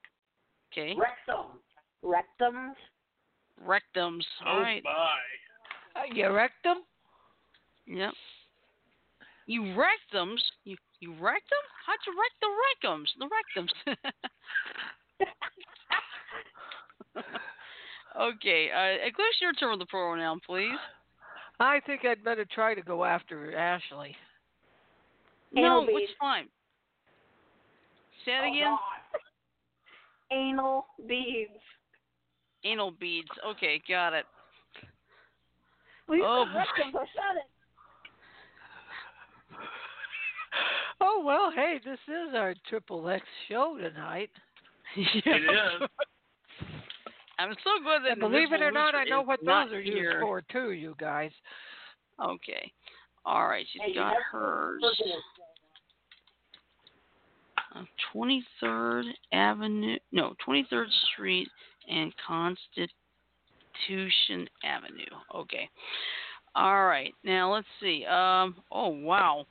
S2: Okay.
S6: Rectum.
S4: Rectums.
S2: Rectums. All
S6: oh
S2: right.
S6: my.
S3: Uh, you wrecked them?
S2: Yep. You rectums? You you wrecked them? How'd you wreck the rectums? <laughs> The rectums. okay, uh, Eclipse, your turn with the plural noun, please.
S3: I think I'd better try to go after Ashley.
S2: No,
S4: Anal bead.
S2: it's fine. Say it
S6: Oh,
S2: again.
S6: God.
S4: anal beads.
S2: Anal beads. Okay, got
S3: <laughs>
S2: it. <laughs>
S4: We used
S2: Oh,
S4: to rip them, so shut it.
S3: Oh well, hey, this is our triple X show tonight. <laughs>
S2: It
S6: is.
S2: I'm so glad that
S3: And believe it or not, I know what those are used
S2: here.
S3: for too, you guys.
S2: Okay. All right, she's
S6: Hey, you
S2: got
S6: have-
S2: hers. Uh, 23rd Avenue, no, 23rd Street and Constitution Avenue. Okay. All right. Now let's see. Um. Oh wow.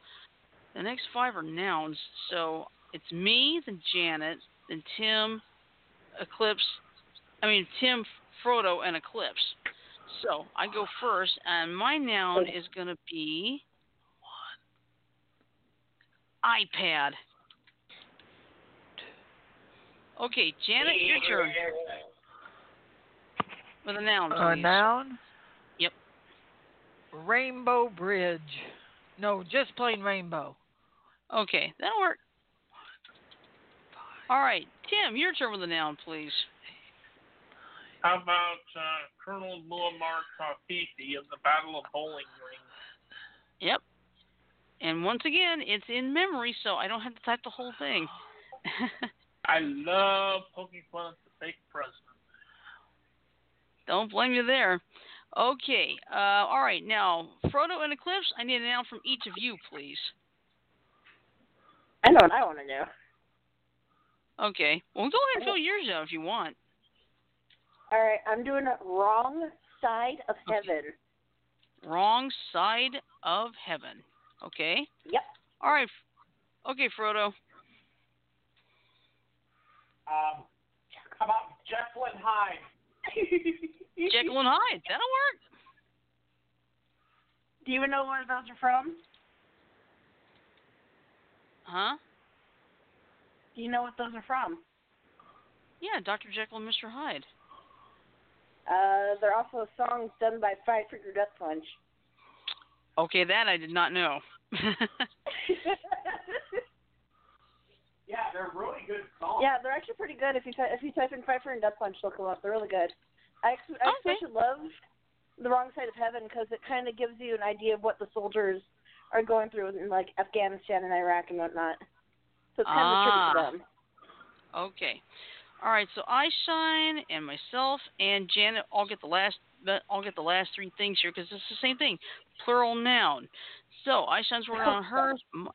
S2: The next five are nouns. So it's me, then Janet, then Tim, Eclipse. I mean Tim, Frodo, and Eclipse. So I go first, and my noun is gonna be what? iPad. Okay, Janet, your turn with a noun,
S3: A
S2: please.
S3: noun.
S2: Yep.
S3: Rainbow Bridge. No, just plain rainbow.
S2: Okay, that'll work. All right, Tim, your turn with a noun, please.
S6: How about uh, Colonel Muammar Gaddafi in the Battle of Bowling Green?
S2: Yep. And once again, it's in memory, so I don't have to type the whole thing. <laughs>
S6: I love poking fun at the fake president.
S2: don't blame you there. Okay, uh, all right, now, Frodo and Eclipse, I need a noun from each of you, please.
S4: I know what I want to do.
S2: Okay, well, go ahead and fill yours out if you want.
S4: All right, I'm doing it wrong side of
S2: Okay.
S4: heaven.
S2: Wrong side of heaven. Okay?
S4: Yep.
S2: All right. Okay, Frodo.
S6: Um, how about Jekyll and Hyde?
S2: Jekyll and Hyde. That'll work.
S4: Do you even know where those are from?
S2: Huh?
S4: Do you know what those are from?
S2: Yeah, Dr. Jekyll and Mr. Hyde.
S4: Uh, they're also songs done by Five Finger Death Punch.
S2: Okay, that I did not know.
S6: <laughs>
S2: <laughs>
S6: Yeah, they're really good songs.
S4: yeah, they're actually pretty good. If you ty- if you type in Five Finger Death Punch, they'll come up. They're really good. I, ex- I
S2: Okay.
S4: especially love the Wrong Side of Heaven because it kind of gives you an idea of what the soldiers are going through in like Afghanistan and Iraq and whatnot. So it's kind of a
S2: Ah.
S4: tribute to them. <laughs>
S2: okay. All right, so I shine and myself and Janet all get the last but I'll get the last three things here because it's the same thing, plural noun. So I shine's working
S3: <laughs>
S2: on her. M-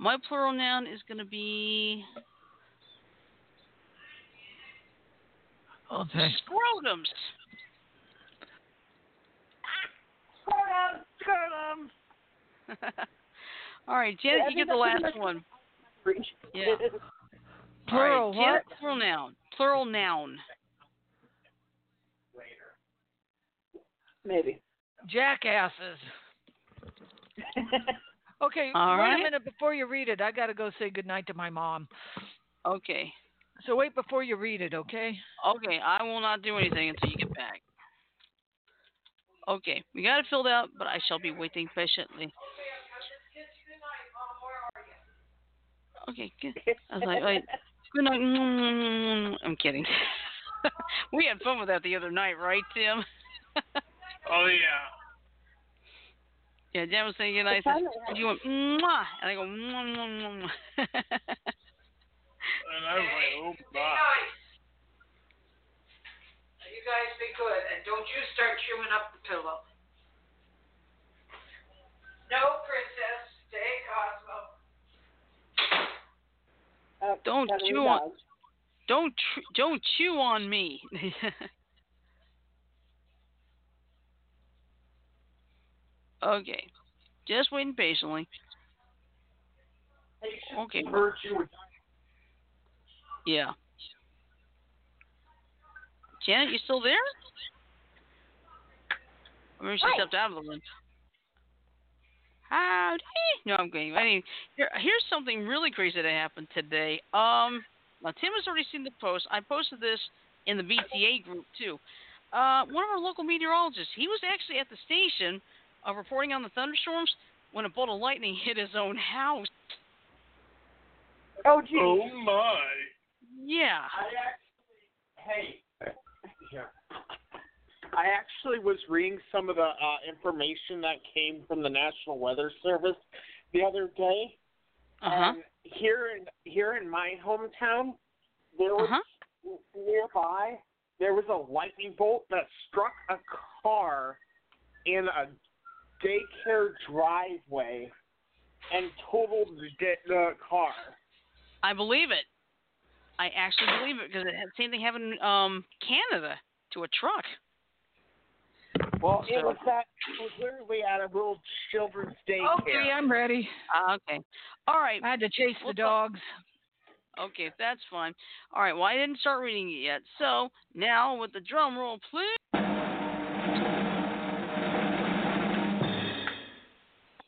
S2: My plural noun is going to be
S3: Okay.
S2: scrotums. <laughs> all right, Janet,
S4: Yeah, I
S2: you
S4: think
S2: get the
S4: that's
S2: last
S4: pretty much-
S2: one.
S4: Reach.
S2: Yeah.
S3: Plural
S2: All right, Janet,
S3: what?
S2: Plural noun. Plural noun.
S4: Maybe.
S3: <laughs> Jackasses. Okay,
S2: All
S3: wait
S2: right.
S3: a minute before you read it. I gotta go say goodnight to my mom.
S2: Okay.
S3: So wait before you read it, okay?
S2: Okay, I will not do anything until you get back. Okay, we got it filled out, but I shall be waiting patiently. Okay, good. I was
S4: <laughs>
S2: like, wait, good night. I'm kidding. <laughs> we had fun with that the other night, right, Tim? <laughs>
S6: Oh yeah.
S2: yeah, Jen was saying good night. I said, "What do you want mwah, and I go mwah, mwah, mwah, mwah." <laughs>
S6: And I was like, oh my.
S9: You guys be good, and don't you start chewing up the pillow. No, princess, stay Cosmo.
S4: Oh,
S2: Don't
S4: got a new
S2: chew on-
S4: dog.
S2: Don't tr- don't chew on me. <laughs> okay, just waiting patiently. Okay.
S6: Virtue.
S2: Yeah. Janet, you still there? I remember she
S4: Hi.
S2: stepped out of the room. Howdy. No, I'm kidding. I mean, here, here's something really crazy that happened today. Um, now Tim has already seen the post. I posted this in the BTA group too. Uh, one of our local meteorologists, he was actually at the station uh, reporting on the thunderstorms when a bolt of lightning hit his own house.
S4: Oh, gee.
S6: Oh my.
S2: Yeah.
S6: I actually hey. Yeah. I actually was reading some of the uh, information that came from the National Weather Service the other day.
S2: Uh huh.
S6: And here in here in my hometown, there was
S2: Uh-huh.
S6: nearby there was a lightning bolt that struck a car in a daycare driveway and totaled the, da- the car.
S2: I believe it. I actually believe it because it had same thing happened in um, Canada to a truck.
S6: Well, it was that it was literally at a little children's daycare.
S5: Okay, I'm ready.
S2: Ah, okay. All right.
S3: I had to chase the
S2: Well,
S3: dogs.
S2: Okay, that's fine. All right. Well, I didn't start reading it yet. So now with the drum roll, please.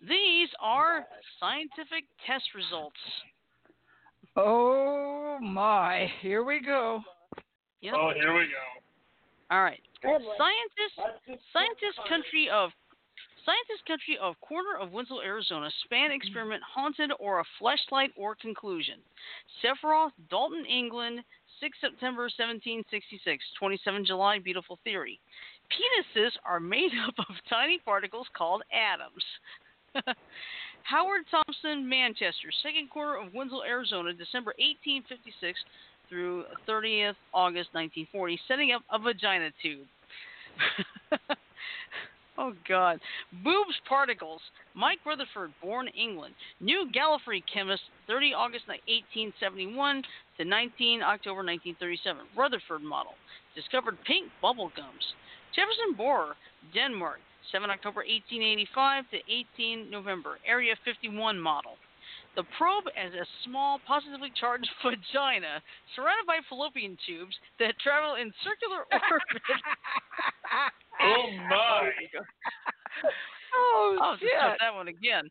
S2: These are scientific test results.
S3: Oh my, here we <laughs> go.
S2: Yep. Oh, here we go. All right. Scientists Scientist country of Scientist country of corner of Winslow, Arizona, span experiment haunted or a fleshlight or conclusion. Sephiroth, Dalton, England, 6 September 1766, 27 July, beautiful theory. Penises are made <laughs> up of tiny particles called atoms. <laughs> Howard Thompson, Manchester, second quarter of Winslow, Arizona, December 1856 through 30th August 1940, setting up a vagina tube. <laughs> oh God. Boobs particles. Mike Rutherford, born England. New Gallifrey chemist, 30 August 1871 to 19 October 1937. Rutherford model. Discovered pink bubble gums. Jefferson Borer, Denmark, 7 October 1885 to 18 November. Area 51 model. The probe as a small, positively charged <laughs> vagina surrounded by fallopian tubes that travel in circular <laughs> orbit
S1: Oh my!
S3: Oh,
S2: I'll have to
S3: shit.
S2: start that one again.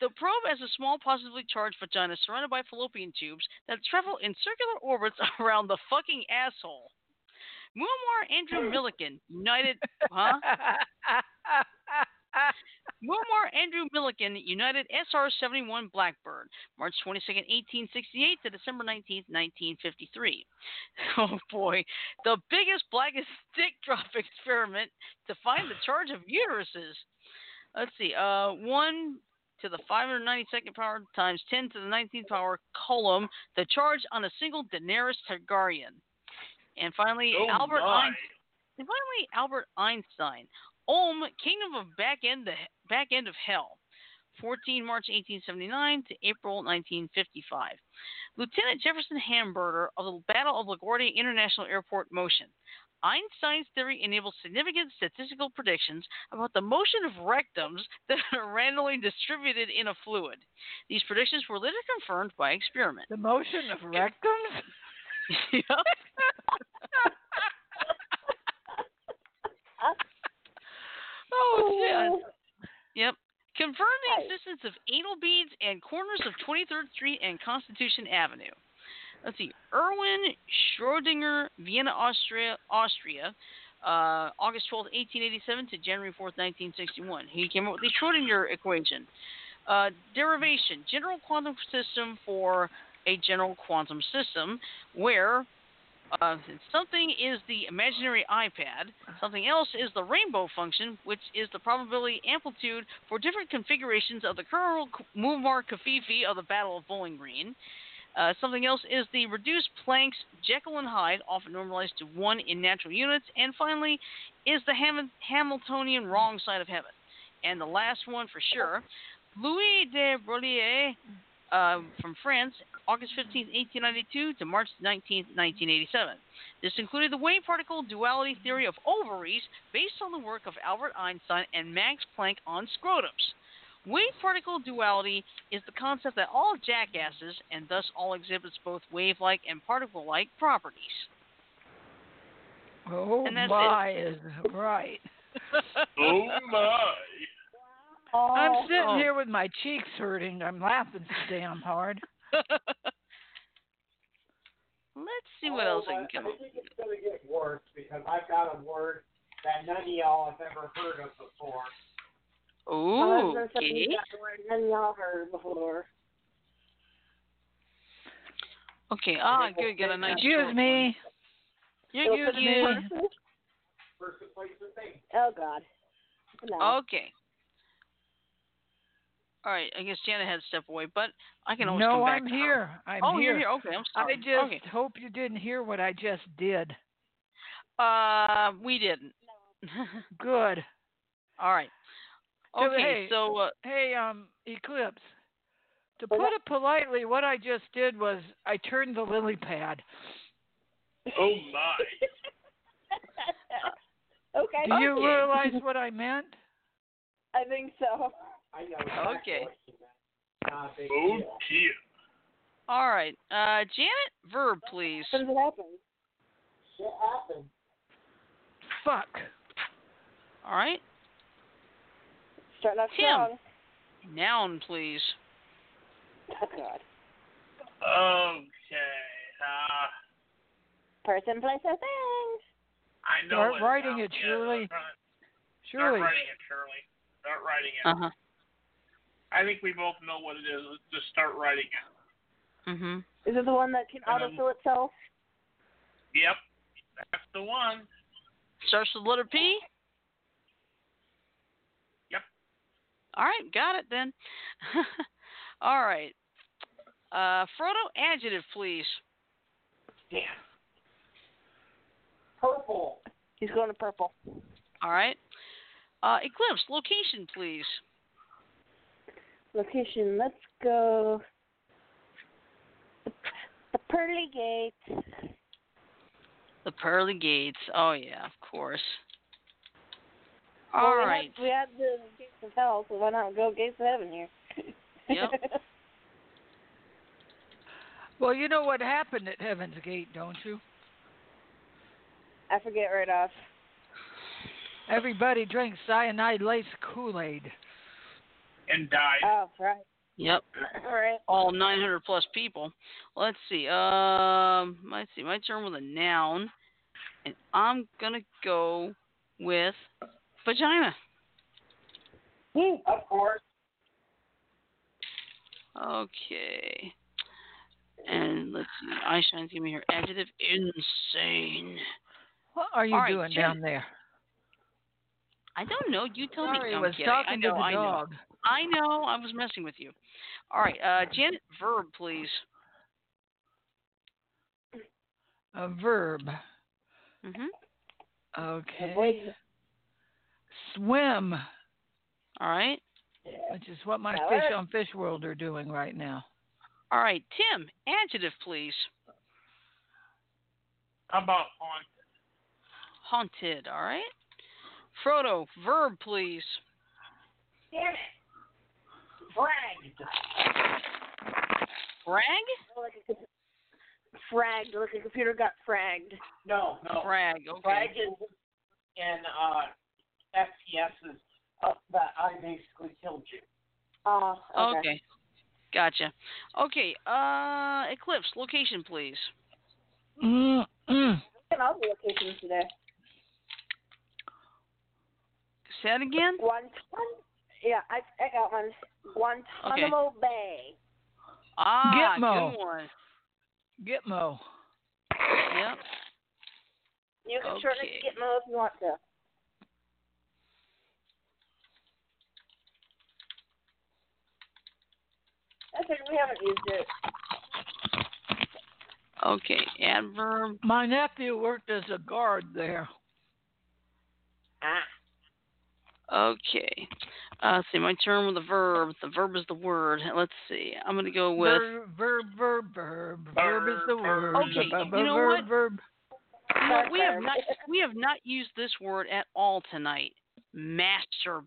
S2: The probe has a small, positively charged vagina surrounded by fallopian tubes that travel in circular orbits <laughs> around the fucking asshole. Muammar Andrew Milliken, United, huh? Muammar Andrew Milliken, United SR-71 Blackbird, March 22nd, 1868 to December 19th, 1953. <laughs> Oh boy, the biggest, blackest <laughs> dick drop experiment to find the charge of uteruses. Let's see, uh, one to the 592nd power times 10 to the 19th power column, the charge on a single Daenerys Targaryen. And finally,
S1: Oh
S2: Albert
S1: my!
S2: Einstein. And finally, Albert Einstein, Ulm, Kingdom of Back End, the Back End of Hell, 14 March 1879 to April 1955. Lieutenant Jefferson Hamburger of the Battle of LaGuardia International Airport motion. Einstein's theory enables significant statistical predictions about the motion of rectums that are <laughs> randomly distributed in a fluid. These predictions were later confirmed by experiment.
S3: <laughs> the motion of rectums?
S2: Yep. <laughs> 哦
S3: Oh, shit.
S2: Yep. Confirm the existence of anal beads and corners of 23rd Street and Constitution Avenue. Let's see. Erwin Schrödinger, Vienna, Austria, Austria uh, August 12, 1887 to January 4, 1961. He came up with the Schrödinger equation. Uh, derivation general quantum system for a general quantum system where uh, something is the imaginary iPad, something else is the rainbow function, which is the probability amplitude for different configurations of the Colonel Muammar Kafifi of the Battle of Bowling Green. Uh, something else is the reduced Planck's Jekyll and Hyde, often normalized to one in natural units. And finally, is the Ham- Hamiltonian wrong side of heaven. And the last one for sure, Louis de Broglie uh, from France, August 15, 1892 to March 19, 1987. This included the wave particle duality theory of ovaries based on the work of Albert Einstein and Max Planck on scrotums. Wave particle duality is the concept that all jackasses, and thus all exhibits both wave like and particle like properties.
S3: Oh,
S2: And that's it.
S3: my, is right.
S1: Oh my!
S3: I'm sitting
S2: Oh.
S3: here with my cheeks hurting. I'm laughing so damn
S2: <laughs>
S3: hard.
S2: Let's see what else I can come up
S6: I think it's going to get worse because I've got a word that none of y'all have ever heard of before.
S2: Ooh, okay.
S4: None of y'all heard before.
S2: Okay, ah, good, got a nice
S3: Excuse
S2: short
S3: me.
S2: You, you,
S4: Open in
S2: you.
S4: person? Oh God. No.
S2: Okay. All right. I guess Janet had to step away, but I can always
S3: no,
S2: come back.
S3: I'm
S2: to her.
S3: here. I'm
S2: oh,
S3: here.
S2: you're here. Okay, I'm
S3: I
S2: sorry.
S3: just
S2: Okay.
S3: hope you didn't hear what I just did.
S2: Uh, we didn't.
S3: Good.
S2: <laughs> All right.
S3: So,
S2: Okay.
S3: hey,
S2: So, uh,
S3: Hey, um, Eclipse. To put it politely, what I just did was I turned the lily pad.
S1: Oh my.
S4: <laughs> okay.
S3: Do you
S2: Okay.
S3: realize what I meant?
S4: I think so.
S2: okay.
S1: Oh dear.
S2: All right. Uh, Janet, verb, please.
S4: Sometimes it happens.
S3: Fuck.
S2: All right.
S4: Starting off
S2: Tim.
S4: strong.
S2: Noun, please.
S4: Oh God.
S1: Okay. Uh,
S4: Person, place, or thing.
S1: I know.
S3: Start
S1: what
S3: writing
S1: now.
S3: it,
S1: Yeah,
S3: Shirley.
S1: Start
S3: Surely.
S1: writing it, Shirley. Start writing it.
S2: Uh
S3: Uh-huh.
S2: huh.
S1: I think we both know what it is. Let's just start writing it.
S3: Mm-hmm.
S2: Mhm.
S4: Is it the one that can
S1: Um,
S4: autofill itself?
S1: Yep. That's the one.
S2: Starts with the letter P.
S1: Yep.
S2: All right. Got it then. <laughs> All right. Uh, Frodo, adjective, please.
S6: Purple.
S4: He's going to purple.
S2: All right. Uh, Eclipse, location, please.
S4: Location. Let's go. The, the pearly gate.
S2: The pearly gates. Oh yeah, of course.
S4: Well,
S2: All
S4: we
S2: right.
S4: Had, we had the gates of hell, so why not go gates of heaven here?
S2: Yep.
S3: Well, you know what happened at Heaven's Gate, don't you?
S4: <laughs> I forget right off.
S3: Everybody drinks cyanide laced Kool Aid.
S1: And died.
S4: Oh, right.
S2: Yep.
S4: All right.
S2: All 900 plus people. Let's see. Um, let's see. My turn with a noun, and I'm gonna go with vagina.
S6: Of course.
S2: Okay. And let's see. Eyeshine's giving me her adjective. Insane.
S3: What are you
S2: All right,
S3: doing
S2: Jen.
S3: down there?
S2: I don't know. You tell me.
S3: Sorry,
S2: No, I'm
S3: was
S2: kidding.
S3: talking
S2: I know.
S3: to the
S2: I know.
S3: dog.
S2: I know. I was messing with you. All right. Uh, Janet, verb, please.
S3: A verb.
S2: Mhm.
S3: Okay. Swim,
S2: All right.
S3: which is what my
S4: All
S3: fish
S4: right.
S3: on Fish World are doing right now.
S2: All right, Tim, adjective, please.
S1: How about on?
S2: Haunted, all right? Frodo, verb, please.
S4: Damn it.
S2: Brag?
S4: Like a com- fragged, like a computer got fragged.
S6: No, no.
S2: Brag, okay.
S6: Flag is in uh, FPS's uh, that I basically killed you.
S4: Oh,
S2: Okay. Gotcha. Okay, uh, Eclipse, location, please.
S3: Mm-mm.
S4: And all the locations today.
S2: Say that again?
S4: Guantan- Yeah, I I got one. Guantanamo Bay.
S2: Ah,
S3: Gitmo.
S2: good one.
S3: Gitmo.
S2: Yep.
S4: You can shorten it
S2: Okay.
S4: to Gitmo if you want to. I think we haven't used it.
S2: Okay, adverb.
S3: My nephew worked as a guard there.
S2: Okay. Uh, let's see, my turn with the verb. The verb is the word. Let's see. I'm going to go with.
S3: Verb, verb, verb, verb. Verb is the word.
S2: Okay,
S3: Verb,
S2: you know
S3: verb,
S2: what?
S3: verb.
S2: You know, we have
S4: Bathroom. <laughs>
S2: not we have not used this word at all tonight. Masturbate.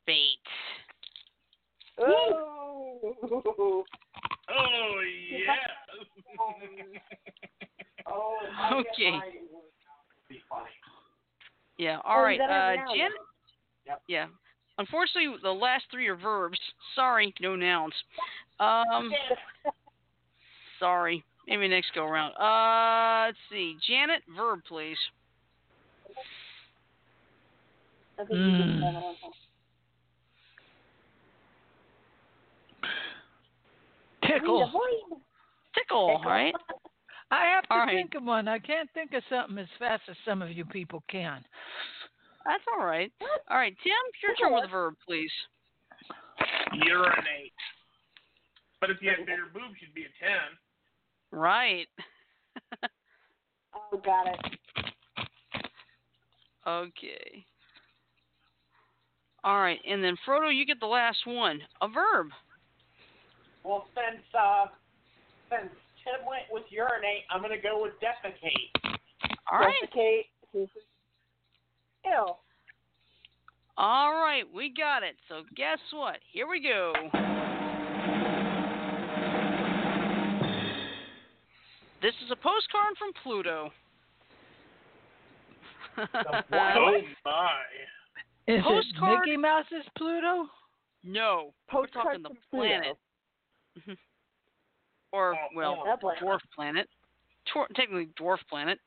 S4: Ooh.
S1: Oh yeah.
S6: Oh,
S2: <laughs> Okay.
S6: be funny.
S2: Yeah. All
S4: Oh,
S2: right,
S4: is that a
S2: Uh,
S4: noun?
S2: Jen.
S6: Yep.
S2: Yeah. Unfortunately, the last three are verbs. Sorry, no nouns.
S4: <laughs>
S2: Um. sorry. Maybe next go round. Uh, let's see. Janet, verb, please.
S4: I think you
S3: Mm.
S4: did that one.
S3: Tickle.
S4: Read a voice.
S2: Tickle. All right.
S3: I have to
S2: All
S3: to
S2: right.
S3: think of one. I can't think of something as fast as some of you people can.
S2: <laughs> That's all right. All right, Tim, your turn with a verb, please.
S6: Urinate. But if you had bigger boobs, you'd be a 10.
S2: Right.
S4: <laughs>
S2: <laughs>
S4: Oh, got it.
S2: Okay. All right, and then Frodo, you get the last one. A verb.
S6: Well, since, uh, since Tim went with urinate, I'm going to go with defecate.
S2: All right.
S4: Defecate. Ew.
S2: All right, we got it. So guess what? Here we go. This is a postcard from Pluto. <laughs>
S6: oh, my.
S3: Is
S2: Postcard-
S3: it Mickey Mouse's Pluto?
S2: no, we're
S4: Postcard
S2: talking the
S4: from Pluto.
S2: planet. <laughs> or well,
S4: That planet. <laughs>
S2: dwarf planet. Tor- technically, dwarf planet.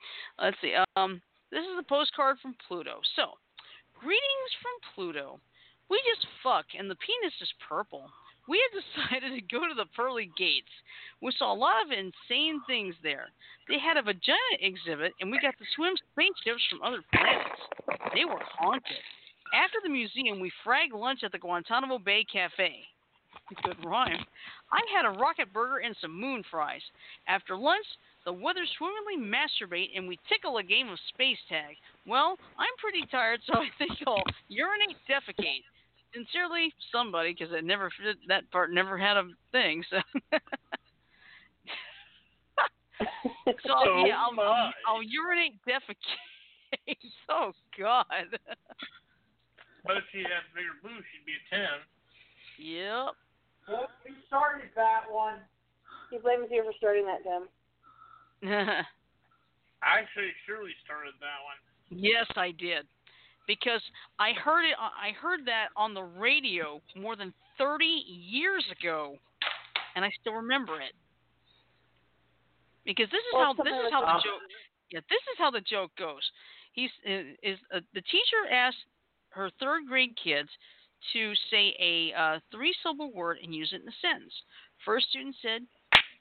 S2: Let's see. Um, this is a postcard from Pluto. So, greetings from Pluto. We just fuck, and the penis is purple. We had <laughs> decided to go to the pearly gates. We saw a lot of insane things there. They had a vagina exhibit, and we got to swim spaceships from other planets. They were haunted. After the museum, we frag lunch at the Guantanamo Bay Cafe. <laughs> Good rhyme. I had a rocket burger and some moon fries. After lunch, the weathers swimmingly masturbate and we tickle a game of space tag. Well, I'm pretty tired, so <laughs> I think I'll urinate, defecate. Sincerely, somebody, because it never that part never had a thing. So, <laughs> so
S6: Oh,
S2: yeah, I'll,
S6: my.
S2: I'll urinate, defecate. <laughs> oh God. <laughs>
S6: But if she had bigger boobs, she'd be a 10.
S2: yep.
S6: Well, we started that one.
S4: He blames you for starting that, Tim.
S2: <laughs>
S6: Actually, Shirley started that one.
S2: Yes, I did, because I heard it. I heard that on the radio more than thirty years ago, and I still remember it. Because this is
S4: Well,
S2: how this
S4: something
S2: is
S4: like
S2: how the
S4: that.
S2: joke. Yeah, this is how the joke goes. He's is uh, the teacher asked her third grade kids to say a uh, three syllable word and use it in a sentence. First student said,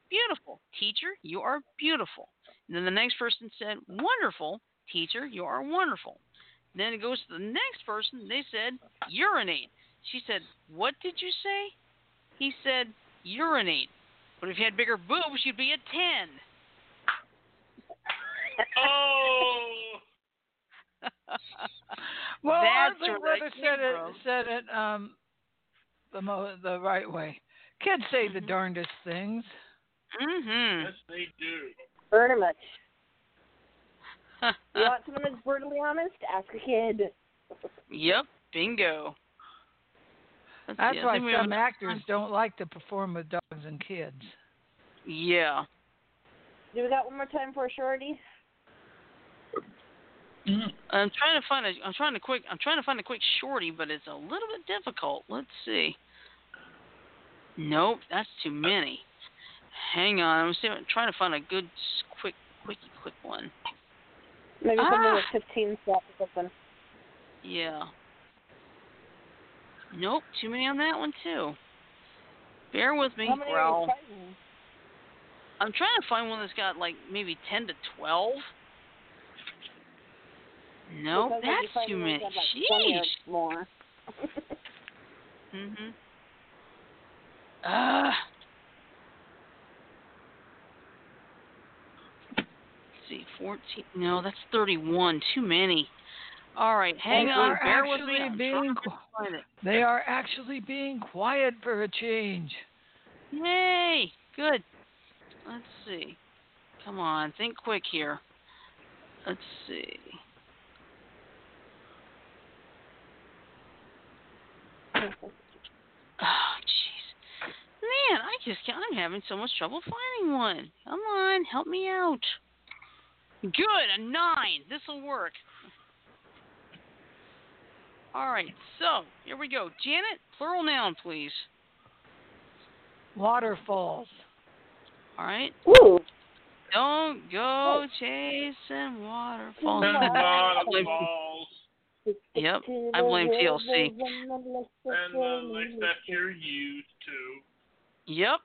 S2: "Beautiful." Teacher, you are beautiful. And then the next person said, Wonderful. Teacher, you are wonderful. Then it goes to the next person. They said, Urinate. She said, What did you say? He said, Urinate. But if you had bigger boobs, you'd be a 10. <laughs>
S6: Oh!
S3: Well,
S2: That's
S3: Hardly
S2: the
S3: Weather
S2: right
S3: said
S2: thing,
S3: it
S2: bro.
S3: said it um the mo- the right way. Kids say
S2: Mm-hmm.
S3: the darndest things.
S2: Mm
S6: yes, they do.
S4: Burn much.
S2: hmm. <laughs>
S4: You want someone that's brutally honest? Ask a kid.
S2: yep. Bingo. Let's
S3: That's
S2: see, I
S3: why
S2: think we
S3: some
S2: have-
S3: actors don't like to perform with dogs and kids.
S2: Yeah.
S4: Do we got one more time for a shorty?
S2: I'm trying to find a. I'm trying to quick. I'm trying to find a quick shorty, but it's a little bit difficult. Let's see. Nope, that's too many. Hang on, I'm, see, I'm trying to find a good, s- quick, quickie, quick one.
S4: Maybe someone
S2: Ah.
S4: with 15 slots or something.
S2: Yeah. Nope, too many on that one too. Bear with me.
S4: How many are
S2: Growl.
S4: you fighting?
S2: I'm trying to find one that's got like maybe 10 to 12. Nope,
S4: It sounds like you're
S2: that's
S4: fighting
S2: too
S4: ones
S2: many.
S4: that have, like, 20
S2: Sheesh.
S4: or More.
S3: Mm-hmm.
S2: Mhm. Ah. Let's see, fourteen. No, that's thirty-one. Too many. All right, hang
S3: They
S2: on.
S3: are
S2: Bear with me.
S3: actually
S2: I'm
S3: being
S2: trying to
S3: qu-
S2: find it.
S3: They are actually being quiet for a change.
S2: Yay! Good. Let's see. Come on, think quick here. Let's see. Oh, jeez. Man, I just can't. I'm having so much trouble finding one. Come on, help me out. Good, a nine. This'll work. All right, so here we go. Janet, plural noun, please.
S3: Waterfalls.
S2: All right.
S4: Ooh.
S2: Don't go chasing waterfalls.
S6: Not
S2: blame-
S6: balls.
S2: Yep, I blame TLC.
S6: And uh,
S4: uh,
S6: the legs that you're used
S2: <laughs>
S6: to.
S2: yep.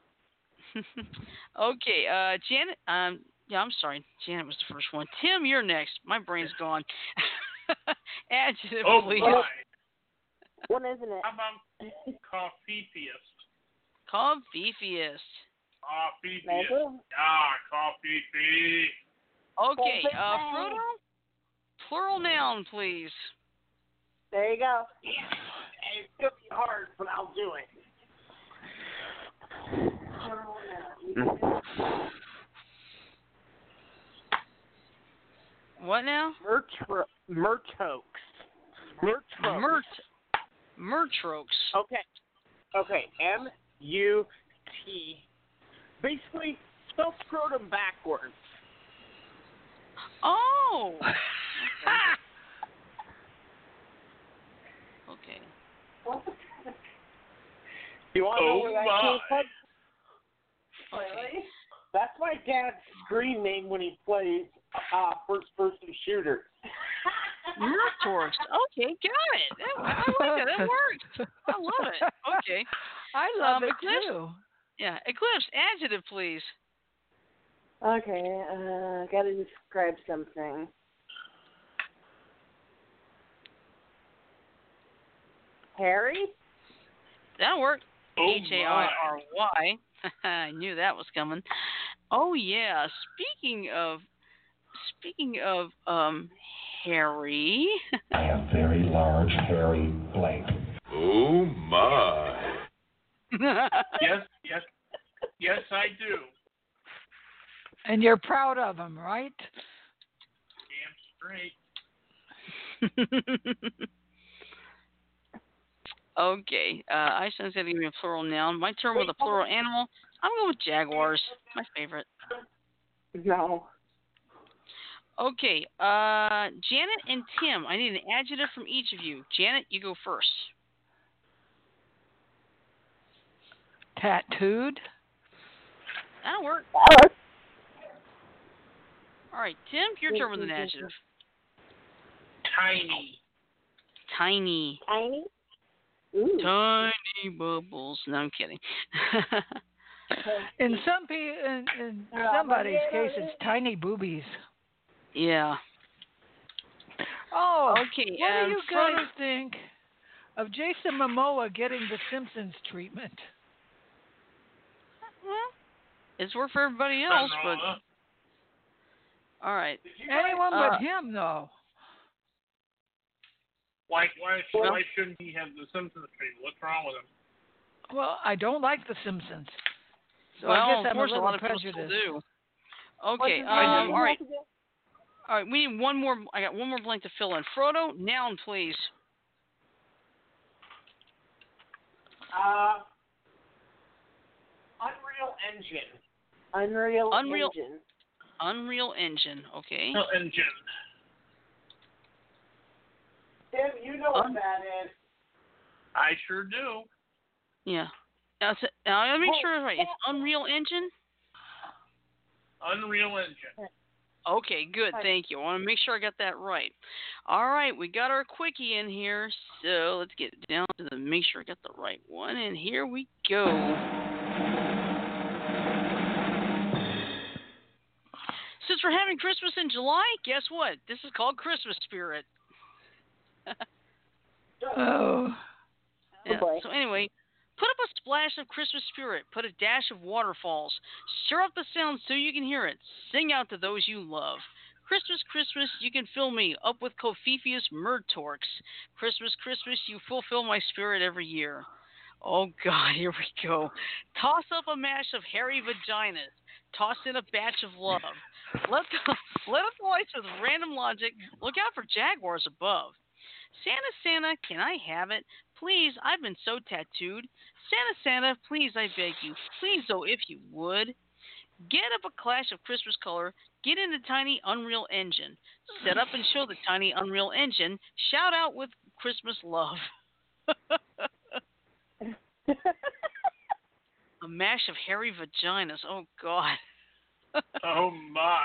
S2: okay, uh, Janet. Um, Yeah, I'm sorry. Janet was the first one. Tim, you're next. My brain's gone. <laughs> Adjective,
S5: Oh,
S2: please.
S5: my.
S4: One isn't it?
S5: I'm a coffeeist.
S2: Confucius.
S5: Coffeeist. Ah, coffee.
S2: Okay,
S4: Well,
S2: uh,
S4: but-
S2: Frodo, plural noun, please.
S4: There you go.
S6: It's gonna be hard, but I'll do it.
S2: What now?
S6: Mertro- Mertokes. Mertokes.
S2: Mert, Mertrokes.
S6: Okay. Okay. M U T. Basically, spell scrotum backwards.
S2: Oh. okay.
S6: You want to know
S5: Oh,
S6: where that came
S5: my.
S6: from? That's my dad's screen name when he plays uh, first-person shooters.
S2: Mertrokes. Okay, got it. That, I like
S3: <laughs>
S2: that. That worked. I love it. Okay.
S3: I love
S2: Um,
S3: it
S2: Eclipse?
S3: too.
S2: Yeah. Eclipse. Adjective, please.
S4: Okay, uh, gotta describe something. Harry?
S2: That worked.
S5: Oh,
S2: H A I R Y. <laughs> I knew that was coming. Oh yeah. Speaking of speaking of um Harry. <laughs>
S10: I have very large, hairy blank.
S5: Oh, my.
S2: yeah.
S5: Yes, yes. Yes, I do.
S3: And you're proud of him, right?
S5: Damn straight.
S2: okay. Uh I sense that to give me a plural noun. My turn with a plural animal. I'm going with jaguars. My favorite.
S6: No.
S2: Okay. Uh Janet and Tim, I need an adjective from each of you. Janet, you go first.
S3: Tattooed.
S2: That'll work. All right, Tim, your turn with an adjective.
S5: Tiny.
S2: Tiny.
S4: Tiny? Ooh.
S2: Tiny bubbles. No, I'm kidding. <laughs>
S3: In some pe- in, in
S4: Yeah,
S3: somebody's
S4: but-
S3: case, it's tiny boobies.
S2: yeah.
S3: Oh,
S2: Okay.
S3: what do
S2: um,
S3: you
S2: Frodo-
S3: guys think of Jason Momoa getting the Simpsons treatment?
S2: Well, it's worked for everybody else, but
S5: Cinderella.
S2: all right.
S3: Anyone
S2: Uh,
S3: but him, though.
S5: Why, why,
S2: Well-
S5: why shouldn't he have the Simpsons treatment? What's wrong with him?
S3: Well, I don't like the Simpsons. So
S2: well,
S3: I guess I'm a
S2: unfortunately,
S3: little
S2: lot of people still
S3: prejudiced.
S2: do. Okay. Um,
S5: I do.
S2: all right. All right. We need one more. I got one more blank to fill in. Frodo, noun, please.
S6: Uh, Unreal Engine.
S4: Unreal,
S2: Unreal-
S4: Engine.
S2: Unreal Engine. Okay.
S5: No, and Jim.
S6: Tim, you know
S4: Um,
S6: what that is.
S5: I sure do.
S2: Yeah. Now, it's- now I gotta make sure it's right. It's Unreal Engine.
S5: Unreal Engine.
S2: Okay, good. Thank you. I want to make sure I got that right. All right, we got our quickie in here, so let's get down to the make sure I got the right one, and here we go. Since we're having Christmas in July, guess what? This is called Christmas spirit.
S3: Oh,
S2: Yeah,
S4: boy.
S2: So anyway, put up a splash of Christmas spirit. Put a dash of waterfalls. Stir up the sound so you can hear it. Sing out to those you love. Christmas, Christmas, you can fill me up with Cofifius Murtorx. Christmas, Christmas, you fulfill my spirit every year. Oh <laughs> God, here we go. Toss up a mash of hairy vaginas. Toss in a batch of love. Let the, <laughs> let us voice with random logic. Look out for jaguars above. Santa, Santa, can I have it? Please, I've been so tattooed. Santa, Santa, please, I beg you. Please, oh, if you would. Get up a clash of Christmas color. Get in the tiny Unreal Engine. Set up and show the tiny Unreal Engine. Shout out with Christmas love. a mash of hairy vaginas. Oh, God. <laughs>
S5: Oh, my.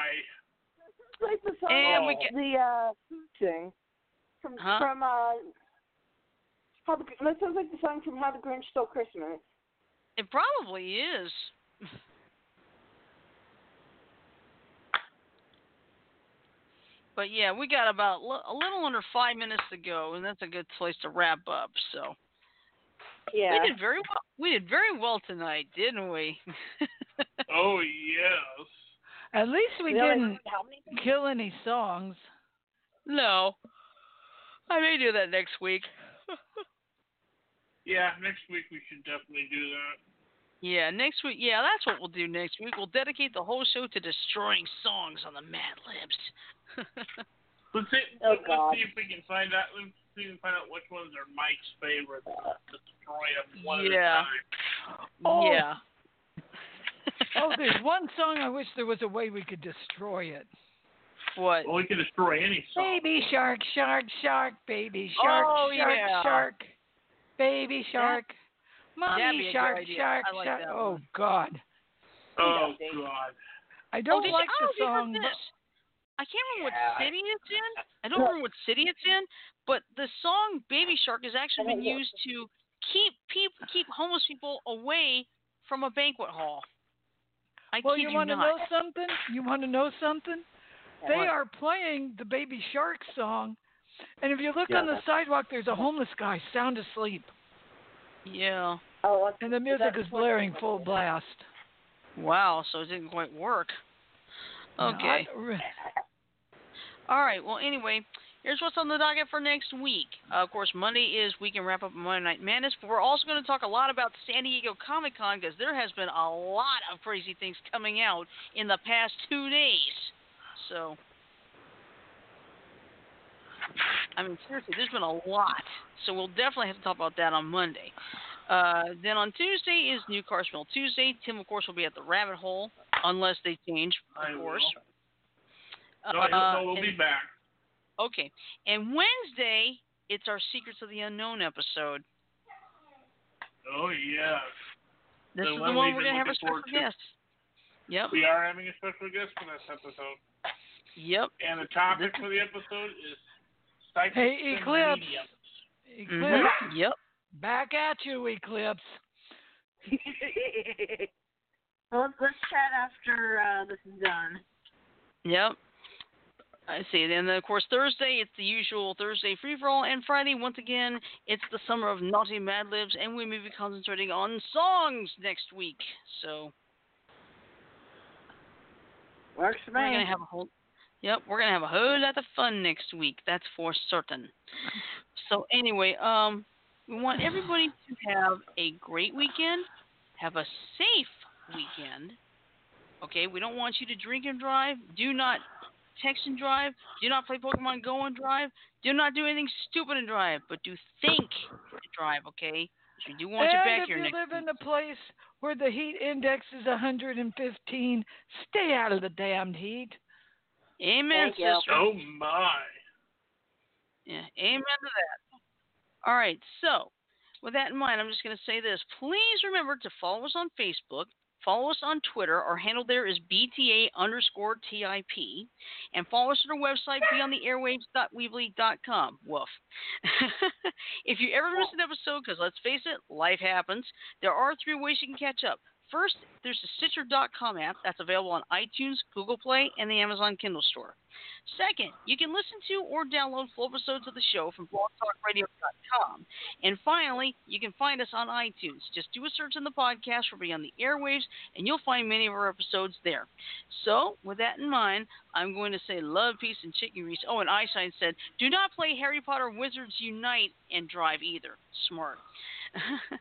S4: It's like the song
S2: And we
S4: about
S2: get-
S4: the uh thing from
S2: Huh?
S4: from uh how the Gr- that sounds like the song from How the Grinch Stole Christmas.
S2: It probably is. But yeah, we got about li- a little under five minutes to go, and that's a good place to wrap up. So
S4: Yeah.
S2: we did very well. We did very well tonight, didn't we? <laughs>
S5: Oh yes.
S3: At least we
S2: Really?
S3: didn't kill any songs.
S2: no, I may do that next week. <laughs>
S5: Yeah, next week we should definitely do that.
S2: Yeah, next week. Yeah, that's what we'll do next week. We'll dedicate the whole show to destroying songs on the Mad Libs. <laughs>
S5: Let's see.
S2: Oh,
S5: let's
S2: God.
S5: see if we can find out. Let's see if we can find out which ones are Mike's favorites. Destroy them one at a
S2: Yeah.
S5: time.
S3: Oh.
S2: Yeah.
S3: oh, there's one song I wish there was a way we could destroy it.
S2: <laughs> What?
S5: Well, we can destroy any song.
S3: Baby shark, shark, shark, baby shark,
S2: Oh,
S3: shark,
S2: yeah.
S3: shark, baby shark,
S2: that'd be
S3: mommy
S2: a good
S3: shark,
S2: idea.
S3: shark,
S2: I like
S3: shark.
S2: that
S3: Oh
S2: one.
S3: God,
S5: Oh God.
S3: I don't
S2: oh, did
S3: like
S2: you, oh,
S3: the
S2: you heard
S3: song.
S2: this. I can't remember
S6: Yeah.
S2: what city it's in. I don't remember what city it's in, but the song "Baby Shark" has actually
S3: <laughs>
S2: been used to keep people, keep homeless people away from a banquet hall. I
S3: Well,
S2: kid
S3: you
S2: you
S3: want to
S2: not.
S3: know something? You want to know something? They
S2: What?
S3: are playing the Baby Shark song, and if you look
S6: Yeah,
S3: on the
S6: that's-
S3: sidewalk, there's a homeless guy sound asleep,
S2: Yeah.
S4: Oh,
S3: and the music
S4: That's
S3: is blaring full blast.
S2: Wow. So it didn't quite work. Okay.
S3: Not re-
S2: All right. Well, anyway, here's what's on the docket for next week. Uh, of course, Monday is we can wrap up Monday Night Madness, but we're also going to talk a lot about San Diego Comic Con because there has been a lot of crazy things coming out in the past two days. So, I mean, seriously, there's been a lot. So we'll definitely have to talk about that on Monday. Uh, then on Tuesday is New Car Smell Tuesday. Tim, of course, will be at the Rabbit Hole unless they change,
S5: I
S2: of
S5: will.
S2: course.
S5: No, I
S2: Uh,
S5: no, we'll
S2: and-
S5: be back.
S2: Okay. And Wednesday, it's our Secrets of the Unknown episode.
S5: Oh yes.
S2: This
S5: The
S2: is
S5: one
S2: the one
S5: we've
S2: we're
S5: been
S2: gonna have a
S5: looking
S2: special
S5: forward to.
S2: guest. Yep.
S5: We are having a special guest for this episode,
S2: Yep.
S5: and the topic for the episode is psychics
S3: Hey,
S5: and
S3: Eclipse.
S5: mediums.
S3: Eclipse,
S2: Mhm. Yep.
S3: back at you, Eclipse.
S4: Well, let's chat after uh, this is done.
S2: Yep. I see. And then, of course, Thursday, it's the usual Thursday free for all. And Friday, once again, it's the summer of Naughty Mad Libs, and we may be concentrating on songs next week. So
S6: Works for
S2: we're
S6: me.
S2: gonna have a whole yep we're gonna have a whole lot of fun next week that's for certain so anyway um we want
S3: <sighs>
S2: everybody to have a great weekend have a safe weekend okay we don't want you to drink and drive do not text and drive do not play pokemon go and drive do not do anything stupid and drive but do think and drive okay 'Cause we do want you
S3: and
S2: back
S3: if
S2: here
S3: you
S2: next
S3: live
S2: week.
S3: in a place where the heat index is 115, stay out of the damned heat.
S2: amen
S4: Thank you.
S2: sister
S5: Oh my.
S2: Yeah, amen to that. All right, so with that in mind, I'm just going to say this. Please remember to follow us on Facebook, follow us on Twitter. Our handle there is BTA underscore TIP, and follow us on our website, beyondtheairwaves.weebly.com. Woof. <laughs> if you ever miss an episode, because let's face it, life happens, there are three ways you can catch up. First, there's the Stitcher.com app that's available on iTunes, Google Play, and the Amazon Kindle store. Second, you can listen to or download full episodes of the show from blogtalkradio.com. And finally, you can find us on iTunes. Just do a search in the podcast for Beyond the Airwaves, and you'll find many of our episodes there. So, with that in mind, I'm going to say love, peace, and chicken grease. Oh, and Einstein said, do not play Harry Potter Wizards Unite and drive either. Smart. <laughs> with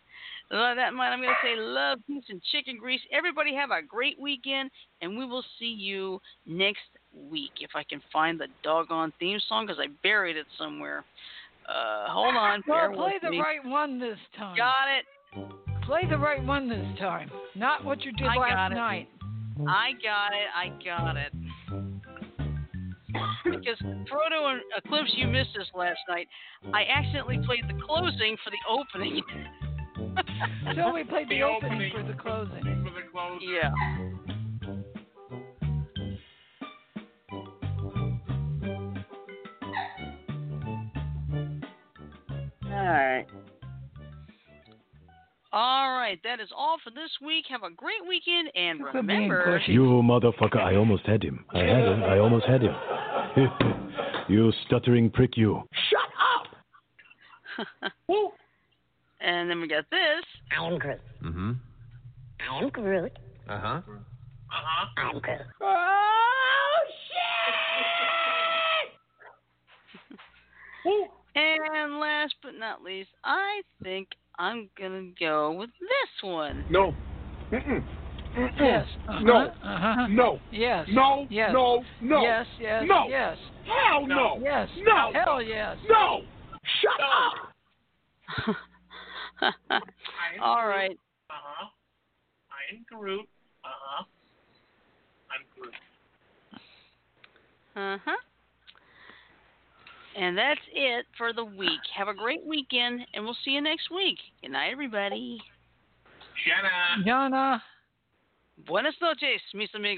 S2: that in mind, I'm going to say love, peace, and chicken grease. Everybody have a great weekend, and we will see you next week if I can find the doggone theme song because I buried it somewhere. Uh, hold
S3: <laughs>
S2: on. bear
S3: Well, play
S2: with
S3: the
S2: me.
S3: right one this time.
S2: Got it.
S3: Play the right one this time. Not what you did
S2: I
S3: last
S2: got it. <laughs>
S3: night.
S2: I got it. I got it. <coughs> Because Frodo and Eclipse, you missed this last night. I accidentally played the closing for the
S3: <laughs>
S2: opening.
S3: So we played the,
S5: The
S3: opening,
S5: opening.
S3: for the closing.
S2: Mm-hmm.
S5: For the close.
S2: <laughs> yeah.
S6: All right.
S2: All right. That is all for this week. Have a great weekend and
S3: Quit being
S2: remember.
S3: pushy.
S10: You motherfucker, I almost had him. I had him. I almost had him. You stuttering prick, you.
S2: Shut up! <laughs> and then we got this.
S11: I'm Groot.
S10: Mm-hmm.
S11: I'm Groot.
S10: Uh huh.
S11: Uh-huh. I'm Groot.
S2: Oh shit! and last but not least, I think I'm gonna go with this one.
S3: No. Mm-mm. Yes. uh-huh, No. No.
S12: Yes.
S3: No.
S12: Yes.
S3: No. No.
S12: Yes. Yes.
S3: No.
S12: Yes.
S3: Hell no.
S12: Yes.
S3: No.
S12: Hell yes.
S3: No. Shut up.
S2: <laughs> All right.
S6: Uh
S5: Uh-huh.
S6: huh. I am Groot. Uh huh. I'm Groot.
S2: Uh huh. And that's it for the week. Have a great weekend, and we'll see you next week. Good night, everybody.
S6: Jenna.
S12: Yana.
S2: Buenas noches, mis amigos.